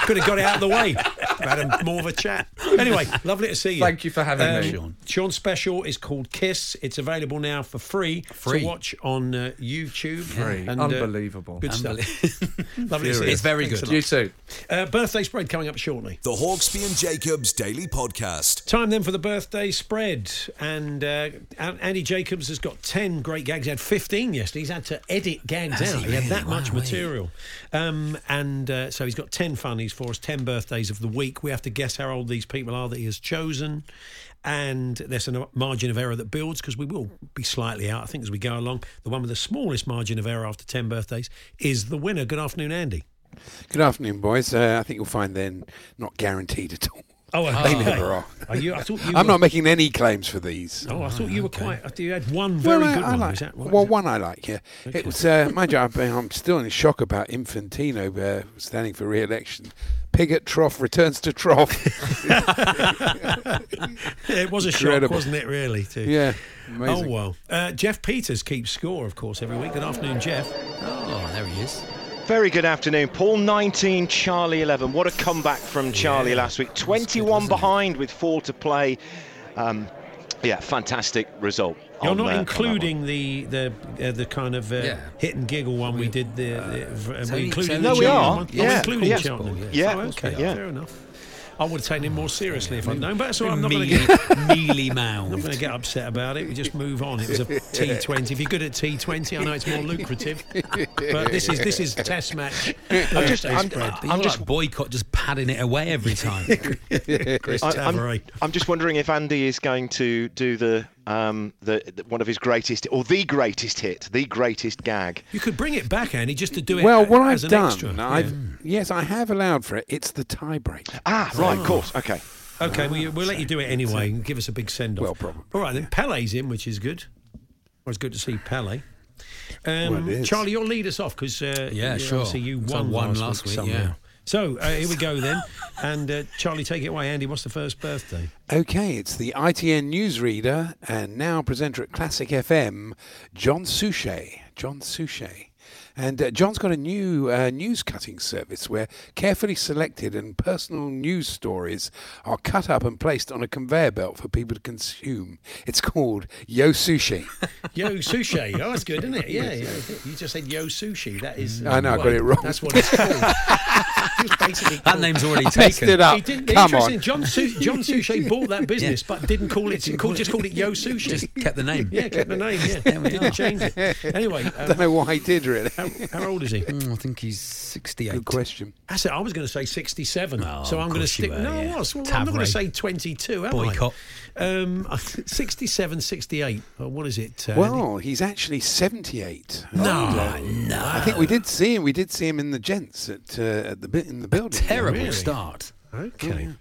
C: could have got it out of the way. Had a, more of a chat. Anyway, lovely to see you. Um,
I: Thank you for having me.
D: Sean.
C: Sean's special is called Kiss. It's available now for free,
D: Free.
C: to watch on uh, YouTube. Free,
I: Unbelievable.
C: good stuff. lovely to see you.
D: It's very good.
I: You too.
C: Uh, birthday spread coming up shortly.
B: The Hawksby and Jacobs Daily Podcast.
C: Time then for the birthday spread, and uh, An- Andy Jacobs has got ten great gags. He had fifteen yesterday. He's had to edit gags
D: Has
C: out.
D: he
C: He, had
D: really?
C: that much
D: Wow, wait.
C: material, um, and uh, so he's got ten funnies for us, ten birthdays of the week. We have to guess how old these people are that he has chosen, and there's a margin of error that builds because we will be slightly out. I think as we go along, the one with the smallest margin of error after ten birthdays is the winner. Good afternoon, Andy.
J: Good afternoon, boys. Uh, I think you'll find they're not guaranteed at all.
C: Oh,
J: They never are.
C: Are you? I thought you.
J: I'm
C: were-
J: not making any claims for these.
C: Oh, I thought you were quite. I thought you had one very
J: well, I-
C: good
J: I
C: one.
J: like-
C: Is that right?
J: well,
C: Is that-
J: one I like. Yeah, it was. Uh, mind you, I've been, I'm still in shock about Infantino uh, standing for re-election. Pig at trough returns to trough.
C: it was a shock,
J: Incredible.
C: wasn't it? Really? To,
J: yeah,
C: Oh
J: amazing.
C: well. Uh, Jeff Peters keeps score, of course, every week. Good afternoon, Jeff.
D: Oh, there he is.
K: Very good afternoon. Paul 19, Charlie 11. What a comeback from Charlie last week. 21 behind with four to play. Um, yeah, fantastic result.
C: You're
K: on, uh,
C: not
K: on that
C: including the the uh, the kind of uh,
D: Yeah.
C: hit and giggle one we, did. The, the v- uh,
D: so
C: we
D: you- so
C: included.
D: No,
C: the
K: we
C: Cheltenham
K: are.
C: one.
K: Yeah,
C: oh, including
K: yeah.
C: Cheltenham.
K: Yeah.
C: Oh, okay.
K: Yeah.
C: Fair enough. I would have taken him more seriously if I'd known, but that's all right. I'm not going to
D: Mealy,
C: get.
D: mealy
C: I'm not going
D: mouthed.
C: to get upset about it. We just move on. It was a T20. If you're good at T20, I know it's more lucrative. But this is this is test match. I'm
K: just- I'm-
D: But you're
K: I'm just-
D: like boycott, just padding it away every time.
C: Chris
K: I- I'm-
C: Tavare.
K: I'm just wondering if Andy is going to do the, um, the, the- one of his greatest or the greatest hit, the greatest gag.
C: You could bring it back, Andy, just to do it.
J: Well,
C: a-
J: what
C: as
J: I've
C: an
J: done,
C: Extra.
J: I've yes, I have allowed for it. It's the tiebreak.
K: Ah, right, of course. Okay.
C: Yeah. Okay, well, you- we'll let you do it anyway and give us a big send off.
J: Well, probably,
C: All right, then Pele's in, which is good. Always good to see Pele. Um,
J: Well, it is.
C: Charlie, you'll lead us off because uh,
D: Yeah,
C: you-
D: sure.
C: obviously you
D: So
C: won,
D: won
C: last,
D: last
C: week.
D: week, yeah.
C: somehow. So uh, here we go then. and uh, Charlie, take it away. Andy, what's the first birthday?
J: Okay, it's the ITN newsreader and now presenter at Classic FM, John Suchet. John Suchet. And uh, John's got a new uh, news cutting service where carefully selected and personal news stories are cut up and placed on a conveyor belt for people to consume. It's called Yo Sushi.
C: Yo sushi. Oh, that's good, isn't it? Yeah, yeah. You just said yo sushi. That is. um,
J: I know, I got it wrong.
C: That's what it's called. just basically
D: That
C: called-
D: name's already I messed taken. it up.
C: He didn't,
D: Come
C: interesting.
D: on.
C: John, Su- John Suchet bought that business, but didn't call it. Called, just called it Yo Sushi.
D: Just kept the name.
C: Yeah, kept the name. Yeah,
D: There we
C: didn't
D: are.
C: change it. Anyway, um, uh,
J: I don't know why he did really.
C: How, how old is he?
D: Mm, I think he's 68.
J: Good question.
C: That's it. I was going to say 67.
D: Oh,
C: so I'm
D: of
C: going to
D: course you
C: stick.
D: were,
C: no,
D: yeah.
C: I was. Well, I'm not
D: Tavray.
C: going to say 22, am
D: Boycott.
C: I? Um, 67, 68. Oh, what is it? Uh,
J: Well, he's actually 78.
C: No,
J: no. I think we did see him. We did see him in the gents at, uh, at the bu- in the building.
D: Terrible
C: Really?
D: start.
C: Okay. Oh,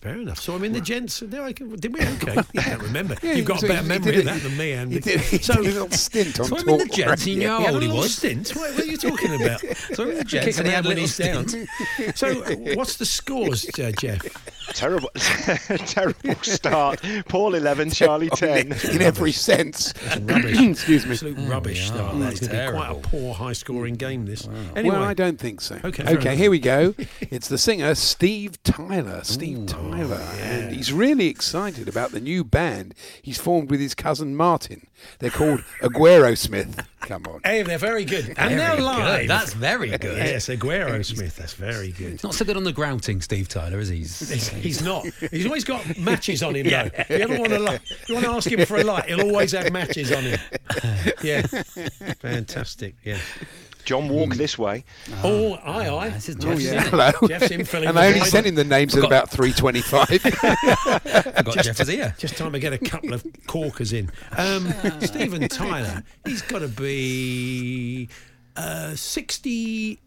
C: Fair enough. So I mean, the gents. There I can, did we? Okay, I can't remember.
J: Yeah,
C: You've got a
J: so
C: better
J: he
C: memory of
J: did it.
C: that than me, Andy.
J: He did, he
C: so
J: did a little stint on
D: So I'm
J: talk
D: in the gents. You
J: radio.
D: knew
C: oh, He
D: how
C: had a
D: old he
C: little
D: was.
C: Stint. What, what are you talking about?
D: So I'm in the
C: Kick
D: gents, and
C: him
D: he had
C: out
D: a
C: when
D: little
C: he's down.
D: stint.
C: So uh, what's the scores, uh, Jeff?
K: Terrible, terrible start. Paul 11, Charlie
J: I mean,
K: 10.
J: in every sense.
C: Rubbish.
J: Excuse me.
C: Absolute rubbish
D: yeah,
C: start.
D: that's
C: That's going to be quite a
D: terrible.
C: poor high-scoring game. This. Anyway,
J: well, I don't think so.
C: Okay, fair
J: okay,
C: enough.
J: here we go. It's the singer Steve Tyler. Steve Tyler,
C: oh,
J: and he's really excited about the new band he's formed with his cousin Martin. They're called Aguero Smith. Come on.
C: Hey, they're very good. And
D: Very
C: they're
D: good.
C: live.
D: That's very good.
C: Yes, Aguero Smith. That's very good.
D: Not so good on the grouting, Steve Tyler, is he?
C: He's, he's not. He's always got matches on him, though. If you ever want to, li- if you want to ask him for a light, he'll always have matches on him. Yeah, fantastic. Yeah. Mm.
K: John Walk this way.
C: Oh, aye, aye.
D: this is
C: Jeff's
D: Jeff's,
C: in it.
J: Hello.
C: Jeff's in filling
J: and
C: the
J: I only
C: void.
J: sent him the names at about three twenty-five.
D: I got Jeff was here.
C: Just time to get a couple of corkers in. Um, Stephen Tyler, he's got to be uh, 60,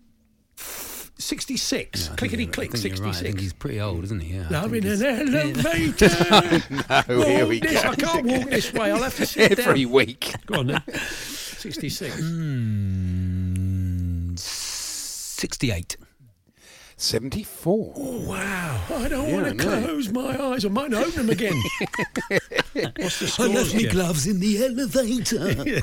C: 66. Clickety click,
D: I think you're right. I
C: 66.
D: think he's pretty old, isn't he? Yeah. I
C: I'm
D: think
C: in an
D: he's-
C: elevator.
J: no, here we
C: Walk this- I
J: go.
C: can't walk this way. I'll have to sit
J: Every
C: down.
J: week.
C: Go on then. 66.
D: Mm, 68.
J: 74.
D: Oh,
C: Wow. I don't
J: Yeah,
C: want
J: I
C: to
J: know.
C: close my eyes. I might open them again. What's the score?
D: gloves in the elevator.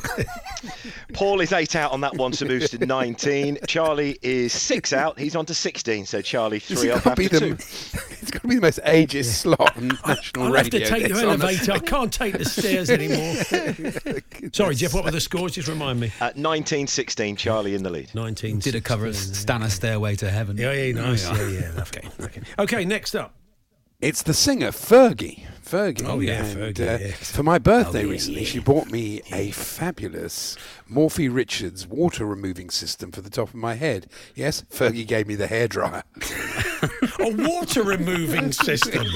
K: Paul is eight out on that one, so moves to 19. Charlie is six out. He's on to 16, so Charlie
J: It's
K: three
J: got
K: up
J: to
K: after
J: be
K: two.
J: the it's got to be the most ageist slot on national
C: I'll have
J: radio.
C: to take the
J: that's on us.
C: elevator. I can't take the stairs anymore. Sorry, Jeff, what were the scores? Just remind me.
K: At 19 16, Charlie in the lead.
C: 19.
D: Did a cover of
C: 16.
D: Stana Stairway to Heaven.
C: Yeah, yeah, nice.
D: Oh,
C: Yeah, yeah. Okay, okay. Okay, next up.
J: It's the singer Fergie. Fergie.
C: Oh, yeah,
J: and, uh,
C: Fergie, Oh, yeah.
J: For my birthday recently, she bought me a fabulous Morphe Richards water removing system for the top of my head. Yes, Fergie gave me the hairdryer.
C: A water removing system.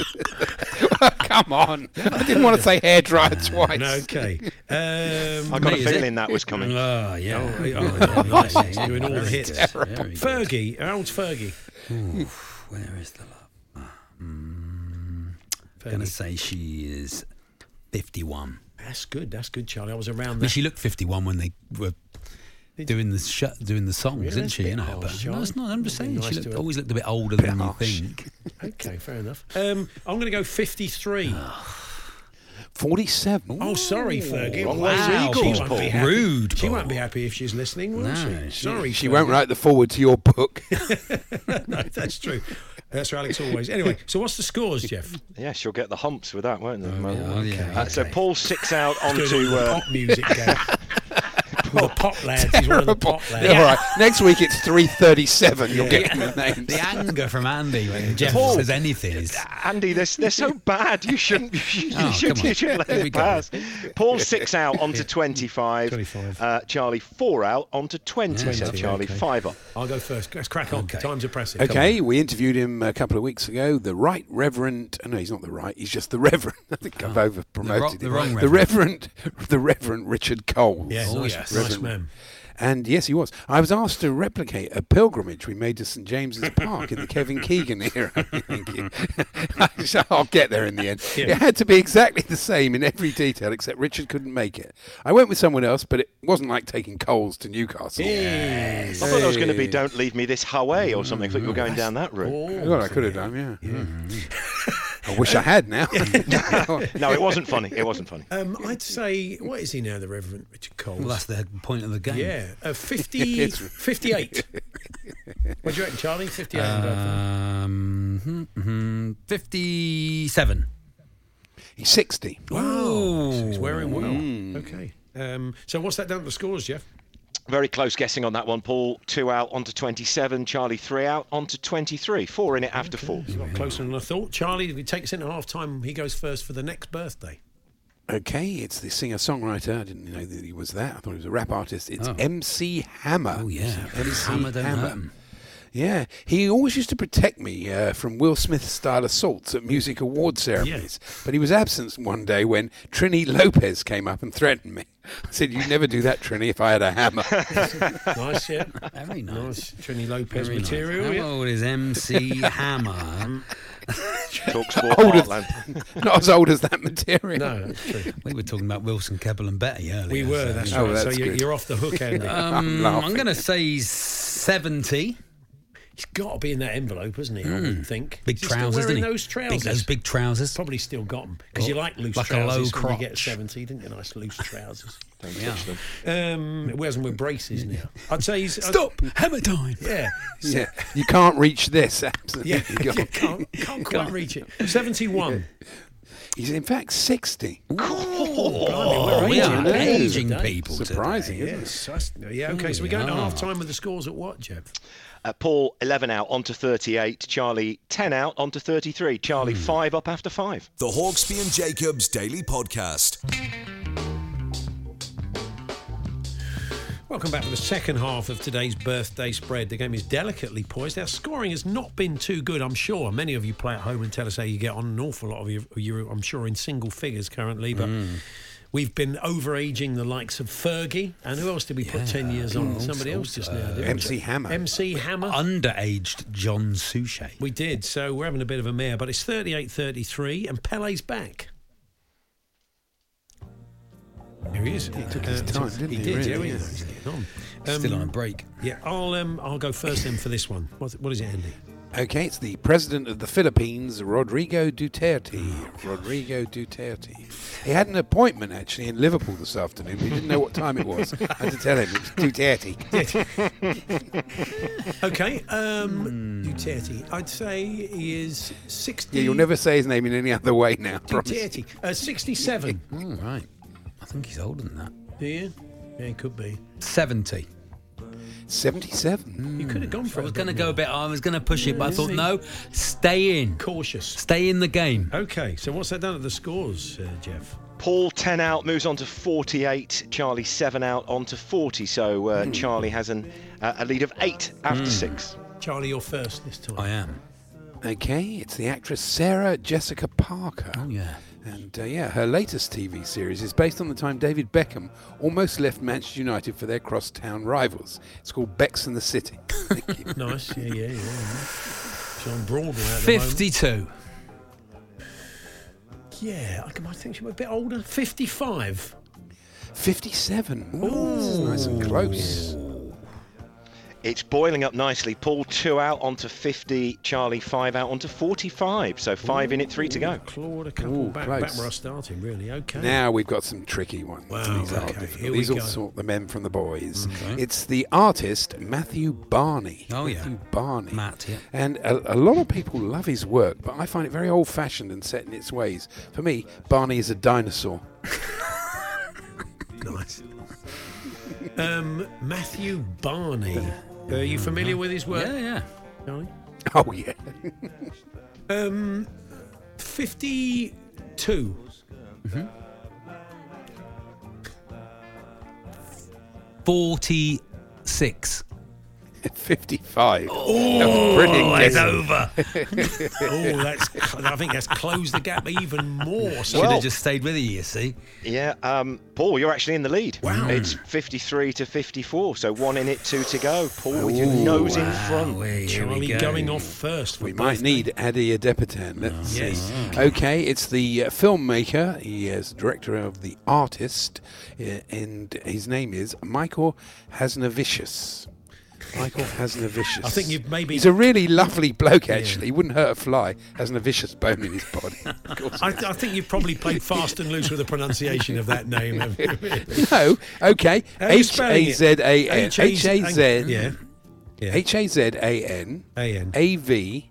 J: Come on, I didn't want to say hairdryer twice.
C: Okay. Um,
K: I
D: Me,
K: got a
D: is it?
K: feeling that was coming.
D: Oh, yeah.
C: oh, yeah, nice. He's doing all the
D: Very
C: hits.
D: good, very good.
C: Fergie. How old's Fergie?
D: Where is the love? I'm going to say she is 51.
C: That's good. That's good, Charlie. I was around
D: I mean,
C: there.
D: she looked 51 when they were doing the sh- doing the songs,
C: Really?
D: didn't she? You
C: Bit
D: know,
C: harsh,
D: but no,
C: Charlie.
D: it's not. I'm just saying
C: Nice
D: she
C: to
D: looked,
C: her.
D: always looked a bit older
J: Bit
D: than you
J: harsh.
D: think.
C: Okay, fair enough. Um, I'm going to go 53.
J: Forty-seven.
C: Oh, sorry, Fergie.
K: wrong
C: Well,
K: way to
C: she
K: Eagles,
C: won't
K: Paul.
C: be happy.
D: Rude,
C: She
D: Paul.
C: won't be happy if she's listening, will
D: No,
C: she? Sorry,
J: She
C: Fergie.
J: won't write the forward to your book.
C: no, that's true. That's for Alex always. Anyway, so what's the scores, Jeff?
K: Yeah, she'll get the humps with that, won't they?
D: oh, yeah,
K: Uh, so
D: okay.
K: Paul's six out onto.
C: Doing all the
K: Uh,
C: pop music game. the pop lads. He's one of the
J: Oh, Terrible.
C: pop
J: All
C: lads.
J: right. Next week it's three thirty-seven. You're getting the names.
D: The anger from Andy when Jeff
K: Paul.
D: says anything is
K: Andy, they're, they're so bad. You shouldn't. You, should-
D: Oh,
K: you should,
D: come on.
K: you should let
D: Here we
K: it
D: go.
K: pass. Paul six out onto 25.
C: 25.
K: Uh, Charlie four out onto 20. so
C: 20,
K: Charlie
C: okay.
K: five up.
C: I'll go first. Let's crack on. Time's are pressing.
J: Okay, we interviewed him a couple of weeks ago. The Right Reverend, uh, no, he's not the Right. He's just the Reverend. I think I've over promoted
D: the wrong
J: The Reverend, the Reverend Richard Cole.
C: Yeah,
D: Oh,
C: nice,
D: yes.
C: nice man.
J: And yes, he was. I was asked to replicate a pilgrimage we made to St James's Park in the Kevin Keegan era. Thank you. So I'll get there in the end. It had to be exactly the same in every detail, except Richard couldn't make it. I went with someone else, but it wasn't like taking Coles to Newcastle.
K: I thought it was going to be "Don't leave me this highway" or something. I
C: Mm,
K: thought you were going down that
C: Oh,
K: route.
J: Well, I could have done, yeah. Hmm. I wish I had now.
K: No, it wasn't funny. It wasn't funny.
C: Um, I'd say, what is he now, the Reverend Richard Cole?
D: well, that's the point of the game.
C: yeah, uh, 50, 58. what do you reckon, Charlie? 58.
D: Uh, Um, hmm, hmm, 57.
J: He's Mm. 60.
C: wow. He's wearing well. Okay. Um, so what's that down to the scores, Jeff?
K: Very close guessing on that one, Paul. Two out onto 27. Charlie, three out onto 23. Four in it after four.
C: Closer than I thought. Charlie, he takes in at half time. He goes first for the next birthday.
J: Okay, it's the singer songwriter. I didn't know that he was that. I thought he was a rap artist. It's MC Hammer. Oh, yeah. MC
D: Hammer don't hurt 'em.
J: Yeah, he always used to protect me uh, from Will Smith's style assaults at music award ceremonies. But he was absent one day when Trini Lopez came up and threatened me. I said, You'd never do that, Trini, if I had a hammer.
C: nice, yeah. Very nice. Trini Lopez
D: Very nice.
C: material.
D: How
C: yeah.
D: old is MC Hammer?
K: Talk
J: Older- Heartland. not as old as that material.
C: No, that's true.
D: We were talking about Wilson, Keppel, and Betty earlier.
C: We were,
D: so-
C: that's
J: Oh,
C: right. so
J: that's
C: you're,
J: good.
C: you're off the hook, Andy.
D: Um, I'm,
J: laughing.
D: going to say 70.
C: He's got to be in that envelope, hasn't he? I wouldn't think.
D: Hmm. Big
C: Is he still
D: trousers,
C: wearing
D: didn't he?
C: those
D: Big,
C: trousers.
D: those big trousers.
C: Probably still got them because you
D: Well,
C: like loose
D: like a
C: trousers
D: low
C: when you get
D: crotch.
C: 70, didn't you? Nice loose trousers.
K: Don't touch them.
C: um, wears them with braces now. I'd say he's. I'd-
D: Stop! Hammer time!
C: yeah.
J: Yeah, you can't reach this. Absolutely.
C: Yeah.
J: You can't.
C: can't, can't quite reach it. 71.
J: He's in fact 60.
C: we're
D: Oh, we
C: aging
D: are
C: today.
D: aging
C: Today.
D: people. today.
J: Surprising, isn't it?
C: Yes. that's- Yeah, okay. So we're going to half time with the scores at what, Jeff?
K: Uh, Paul, 11 out onto 38. Charlie, 10 out onto 33. Charlie, five up after five.
B: Hmm. The Hawksby and Jacobs Daily Podcast.
C: Welcome back for the second half of today's birthday spread. The game is delicately poised. Our scoring has not been too good, I'm sure. Many of you play at home and tell us how you get on. An awful lot of you, you I'm sure, in single figures currently, but. We've been overaging the likes of Fergie, and who else did we put ten years on? Somebody else just now. Didn't we?
J: MC Hammer.
C: MC Hammer.
D: Underaged John Suchet.
C: we did. So we're having a bit of a mare, but it's 38-33, and Pele's back. Here he is. Uh, He took
J: his time, didn't he,
C: did.
J: really?
C: yeah, well,
J: Yeah.
C: he's getting on.
D: Still
C: Um,
D: on a break.
C: yeah, I'll um, I'll go first then for this one. What, what is it, Andy?
J: Okay, it's the president of the Philippines, Rodrigo Duterte. Rodrigo Duterte. He had an appointment actually in Liverpool this afternoon, but he didn't know what time it was. I had to tell him it was Duterte.
C: Okay, um, Duterte. I'd say he is sixty.
J: Yeah, you'll never say his name in any other way now. Promise.
C: Duterte. Uh, Sixty-seven.
D: All right. right. I think he's older than that.
C: Do you? Yeah, it could be.
D: 70.
J: Seventy-seven. Hmm.
C: You could have gone
D: Hmm.
C: for.
D: I was
C: going to
D: go a bit, I was going to push it, but I thought, no, stay in.
C: cautious.
D: Stay in the game.
C: Okay, so what's that done at the scores, uh, Jeff?
K: Paul, 10 out, moves on to 48. Charlie, seven out onto 40. So
J: Hmm.
K: uh, Charlie has an, uh, a lead of eight after six.
C: Charlie, you're first this time.
D: I am.
J: Okay, it's the actress Sarah Jessica Parker.
D: Oh, yeah.
J: And uh, yeah, her latest TV series is based on the time David Beckham almost left Manchester United for their cross-town rivals. It's called Becks and the City. Thank you.
C: Nice. Yeah, yeah, yeah. John Broadway. At the moment.
D: 52.
C: Yeah, I can- I think she's a bit older. Fifty-five.
J: 57. Ooh, nice and close.
K: It's boiling up nicely. Paul, two out onto 50. Charlie, five out onto 45. So five in it, three to go.
C: Clawed a couple
J: Ooh,
C: back,
J: close.
C: back where I started. Really. Okay.
J: Now we've got some tricky ones.
C: Wow,
J: These, are
C: okay,
J: difficult.
C: here we
J: These will
C: go.
J: sort the men from the boys. It's the artist Matthew Barney.
D: Oh, yeah.
J: Matthew Barney.
D: Matt, yeah.
J: And a, a lot of people love his work, but I find it very old fashioned and set in its ways. For me, Barney is a dinosaur.
C: Nice. Um, Matthew Barney. Are you familiar with his work?
D: Yeah, yeah.
C: Charlie?
J: Oh, yeah.
C: Um, 52.
D: Mhm. 46.
J: 55. Oh, that was brilliant. guessing.
D: over.
C: Oh, that's. I think that's closed the gap even more. So
D: Oh, Should
K: Well-
D: have just stayed with you, you see.
K: Yeah, um, Paul, you're actually in the lead.
C: Wow.
K: It's 53 to 54. So one in it, two to go. Paul, with your nose in front.
C: Charlie going off first. For
J: We might
C: both.
J: need Adi Adepitan. Let's see.
C: Yes.
J: Okay, it's the uh, filmmaker. He is director of The Artist, uh, and his name is Michael Hasnovicius. Michael Hasnovicius.
C: I think you've maybe-
J: He's a really lovely bloke, actually. He wouldn't hurt a fly. Has an vicious bone in his body. Of course.
C: I, I think you've probably played fast and loose with the pronunciation of that name. haven't you?
J: no, okay.
C: How are you
J: H
C: spelling it?
J: A Z A N.
C: H A
J: H
C: Z-
J: A Z.
C: Yeah. Yeah.
J: H A Z A N.
C: A N.
J: A V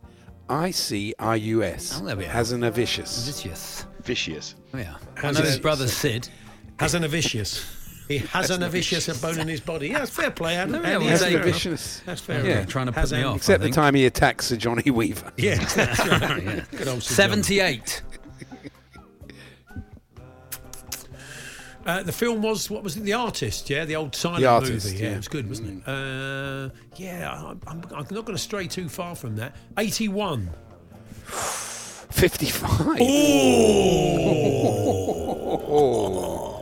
J: I C I U S.
D: Oh, there we are.
J: Has an vicious.
D: Vicious.
K: Vicious.
D: Oh, yeah. I know his brother Sid.
C: Has an avicious. He has an avicious bone in his body. Yeah, it's fair play, Adam.
J: Yeah,
C: And
J: well,
C: he's
J: that's
C: fair
J: fair
C: enough.
J: enough.
C: That's fair
J: Yeah.
C: enough.
D: Trying to put
C: Has
D: me
C: an-
D: off,
J: Except the
D: think.
J: time he attacks Sir Johnny Weaver.
C: Yeah, that's right.
D: Yeah.
C: Good old Sir John.
D: 78.
C: Uh, the film was what was it? The artist, yeah, the old silent
J: The Artist,
C: movie. Yeah,
J: yeah. Mm.
C: it was good, wasn't it? Uh, yeah, I- I'm, I'm not going to stray too far from that. 81.
J: 55. Oh.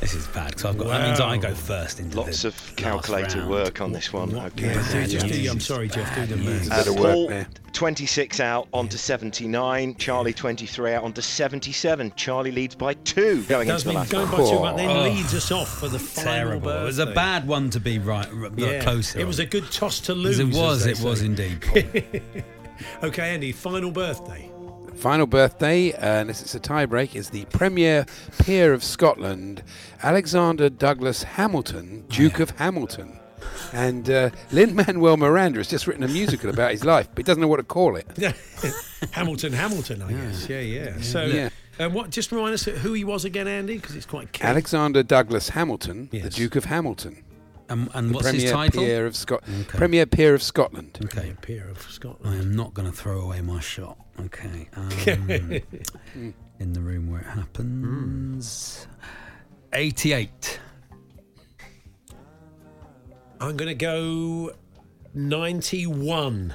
D: This is bad because I've got. That means I go first into
K: Lots
D: the
K: of
D: last
K: calculator
D: round.
K: work on this one. Okay.
C: Yeah, do- just
D: yeah.
C: do- I'm sorry, Jeff. Do the maths.
K: Uh,
J: Better work
K: Paul,
J: there.
K: 26 out onto 79. Charlie, 23 out onto 77. Charlie leads by two going
C: Does
K: into the
C: mean
K: last
C: going
K: one.
C: by two, but then
D: Oh.
C: leads us off for the final
D: Terrible. It was a
C: birthday.
D: bad one to be right. r- r-
C: Yeah,
D: closer.
C: It was a good toss to lose.
D: It
C: as
D: was.
C: they
D: It was
C: say.
D: indeed. Paul.
C: Okay, Andy. Final birthday.
J: Final birthday, uh, unless it's a tiebreak, is the Premier Peer of Scotland, Alexander Douglas Hamilton,
D: Oh,
J: Duke of Hamilton. And uh, Lin Manuel Miranda has just written a musical about his life, but he doesn't know what to call it.
C: Hamilton, Hamilton. I guess. Yeah, yeah. So,
J: Yeah.
C: um, what? Just remind us who he was again, Andy, because it's quite. key.
J: Alexander Douglas Hamilton, the
C: Yes.
J: Duke of Hamilton.
D: And, Um, and
J: the
D: what's
J: Premier
D: his title?
J: Peer of Scotland.
D: Okay.
J: Premier Peer of Scotland.
D: Okay.
C: peer of
D: I
C: Scotland.
D: am not going to throw away my shot. Okay. Um, in the room where it happens.
J: Hmm.
D: 88.
C: I'm going to go 91.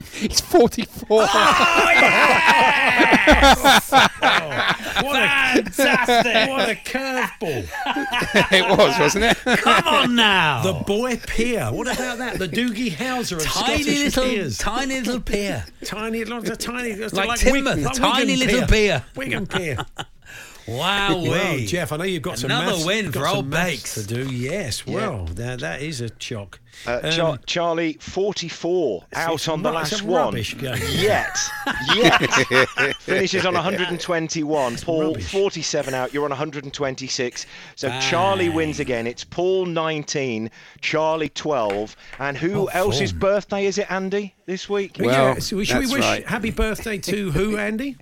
J: He's 44.
C: Ah, Oh, What a,
D: Fantastic.
C: what a curveball.
J: it was, wasn't it?
D: Come on now.
C: The boy peer. What about that? The Doogie Howser of
D: tiny
C: Scottish
D: little,
C: peers.
D: tiny little peer.
C: tiny, lots of tiny, like,
D: Like
C: like
D: timber,
C: Wig- like
D: tiny
C: Wigan
D: little
C: peer.
D: peer.
C: Wigan peer.
D: Wow,
C: Well, Jeff, I know you've got some
D: Another
C: maths,
D: win
C: got
D: for
C: some
D: old
C: maths
D: Bakes.
C: to do. Yes, well, that, that is a shock.
K: Uh,
C: Um,
K: Char- Charlie, 44 out
C: it's
K: on the
C: ru- it's
K: last
C: a
K: one.
C: rubbish game.
K: Yet, yet finishes on 121. Paul,
C: rubbish.
K: 47 out. You're on 126. So Charlie wins again. It's Paul 19, Charlie 12, and who else's
D: form.
K: birthday is it? Andy this week.
J: Well,
C: yeah, so we- should we
J: that's
C: wish
J: right.
C: happy birthday to who, Andy?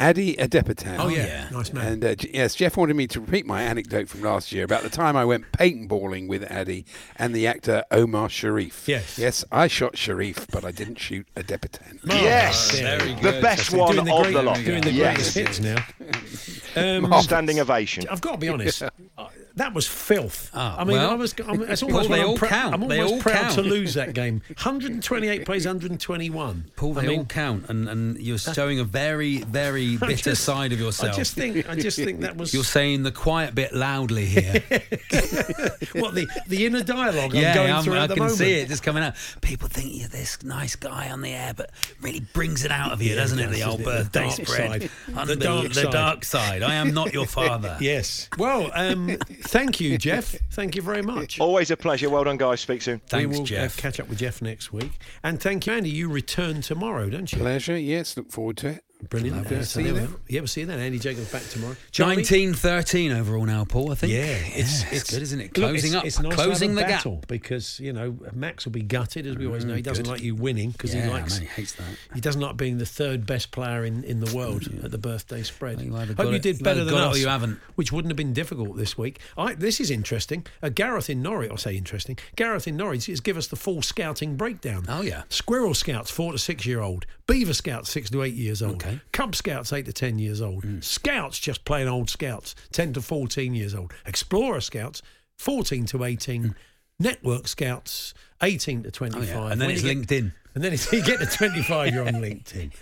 J: Adi Adepotan.
C: Oh, yeah. Nice man.
J: And uh, J- yes, Jeff wanted me to repeat my anecdote from last year about the time I went paintballing with Addy and the actor Omar Sharif.
C: Yes.
J: Yes, I shot Sharif, but I didn't shoot a debutant.
K: Yes,
C: Very
K: the best one
C: doing the
K: of
C: great-
K: the lot.
C: Doing the
K: yes,
C: greatest hits now. Um,
K: standing ovation.
C: I've got to be honest. I- That was filth.
D: Oh,
C: I mean,
D: well.
C: I was. I'm, it's
D: Well,
C: almost
D: they
C: when I'm
D: all
C: prou-
D: count.
C: I'm almost
D: They all
C: proud to
D: count.
C: lose that game. 128 plays 121.
D: Paul,
C: I
D: they
C: mean,
D: all count, and, and you're showing a very, very
C: I
D: bitter
C: just-
D: side of yourself.
C: I just think. I just think that was
D: you're saying the quiet bit loudly here.
C: what the the inner dialogue I'm going
D: yeah, I'm,
C: through
D: I
C: at the
D: can
C: moment.
D: see it just coming out. People think you're this nice guy on the air, but really brings it out of you, doesn't it?
C: does,
D: The old
C: doesn't it? The
D: birthday
C: dark
D: spread,
C: side. The
D: Unbe-
C: dark
D: the
C: side.
D: dark side. I am not your father.
C: Yes. Well, um, thank you, Jeff. Thank you very much.
K: Always a pleasure. Well done, guys. Speak soon.
D: Thanks,
C: we will uh,
D: Jeff.
C: catch up with Jeff next week. And thank you, Andy. You return tomorrow, don't you?
J: Pleasure. Yes, look forward to it.
C: Brilliant.
J: Lovely
C: Uh,
J: to
C: so
J: see
C: there
J: you
C: we
J: then.
C: are. Yeah, we'll see you then. Andy Jacobs back tomorrow. Charlie?
D: 1913 overall now, Paul. I think.
C: Yeah, it's,
D: it's,
C: it's
D: good, isn't it?
C: Look,
D: Closing
C: it's-
D: up,
C: it's nice to have
D: closing
C: a
D: the gap. Mm,
C: battle because you know Max will be gutted as we always know. He doesn't like you winning because
D: Yeah,
C: he likes
D: man, he hates that.
C: he doesn't like being the third best player in, in the world at the birthday spread.
D: Well, you either
C: Hope
D: got
C: you
D: it-
C: did
D: you
C: better
D: either
C: than
D: got it or
C: us,
D: you haven't.
C: which wouldn't have been difficult this week. I, this is interesting. Uh, Gareth in Norwich, I say interesting. Gareth in Norwich has give us the full scouting breakdown.
D: Oh, yeah.
C: Squirrel Scouts four to six year old, Beaver Scouts six to eight years old,
D: Okay. Hmm.
C: Cub Scouts eight to ten years old, Scouts just plain old Scouts ten to fourteen years old, Explorer Scouts fourteen to eighteen. Network Scouts, 18 to 25.
D: Hmm. Oh, and then
C: When
D: it's
C: you get-
D: LinkedIn.
C: and then it's, you get the 25 you're on LinkedIn.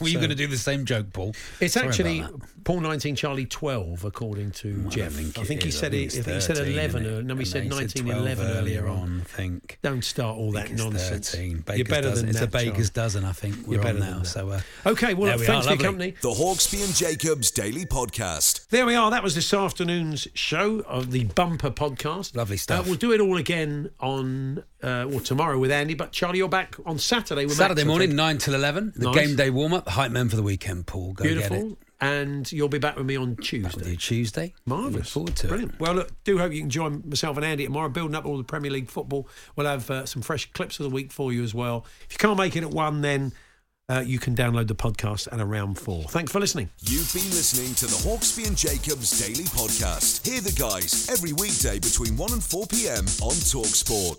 D: Were you
C: So-
D: going to do the same joke, Paul?
C: It's
D: Sorry about
C: actually
D: that.
C: Paul 19, Charlie 12, according to Jeff. I think,
D: it
C: he
D: is. I
C: said
D: think
C: he,
D: it's
C: he said
D: 13,
C: 11.
D: isn't it?
C: Or, no, he
D: And
C: said
D: they
C: 19,
D: 12
C: 11 earlier on.
D: I think.
C: Don't start all
D: I
C: that
D: think it's
C: nonsense.
D: 13. Baker's
C: you're better
D: dozen.
C: than
D: it's
C: that.
D: a baker's
C: Charlie.
D: dozen. I think we're
C: You're better
D: on
C: than
D: now.
C: that.
D: So uh,
C: Oh, Okay, well,
D: there
C: look,
D: we
C: thanks
D: are,
C: for your
D: lovely.
C: company.
B: The Hawksby and Jacobs Daily Podcast.
C: There we are. That was this afternoon's show of the Bumper Podcast.
D: Lovely stuff.
C: Uh, we'll do it all again on uh, well tomorrow with Andy. But Charlie, you're back on Saturday. With
D: Saturday
C: Max, I
D: morning,
C: think.
D: nine till eleven. The
C: Nice.
D: game day warm up. Hype men for the weekend. Paul, go get
C: beautiful.
D: it.
C: And you'll be back with me on
D: Back with you
C: Tuesday.
D: Tuesday. Look
C: Marvellous.
D: forward to
C: Brilliant.
D: it.
C: Well, look, do hope you can join myself and Andy tomorrow, building up all the Premier League football. We'll have uh, some fresh clips of the week for you as well. If you can't make it at one, then uh, you can download the podcast at around four. Thanks for listening.
B: You've been listening to the Hawksby and Jacobs Daily Podcast. Hear the guys every weekday between 1 and 4 p.m. on Talksport.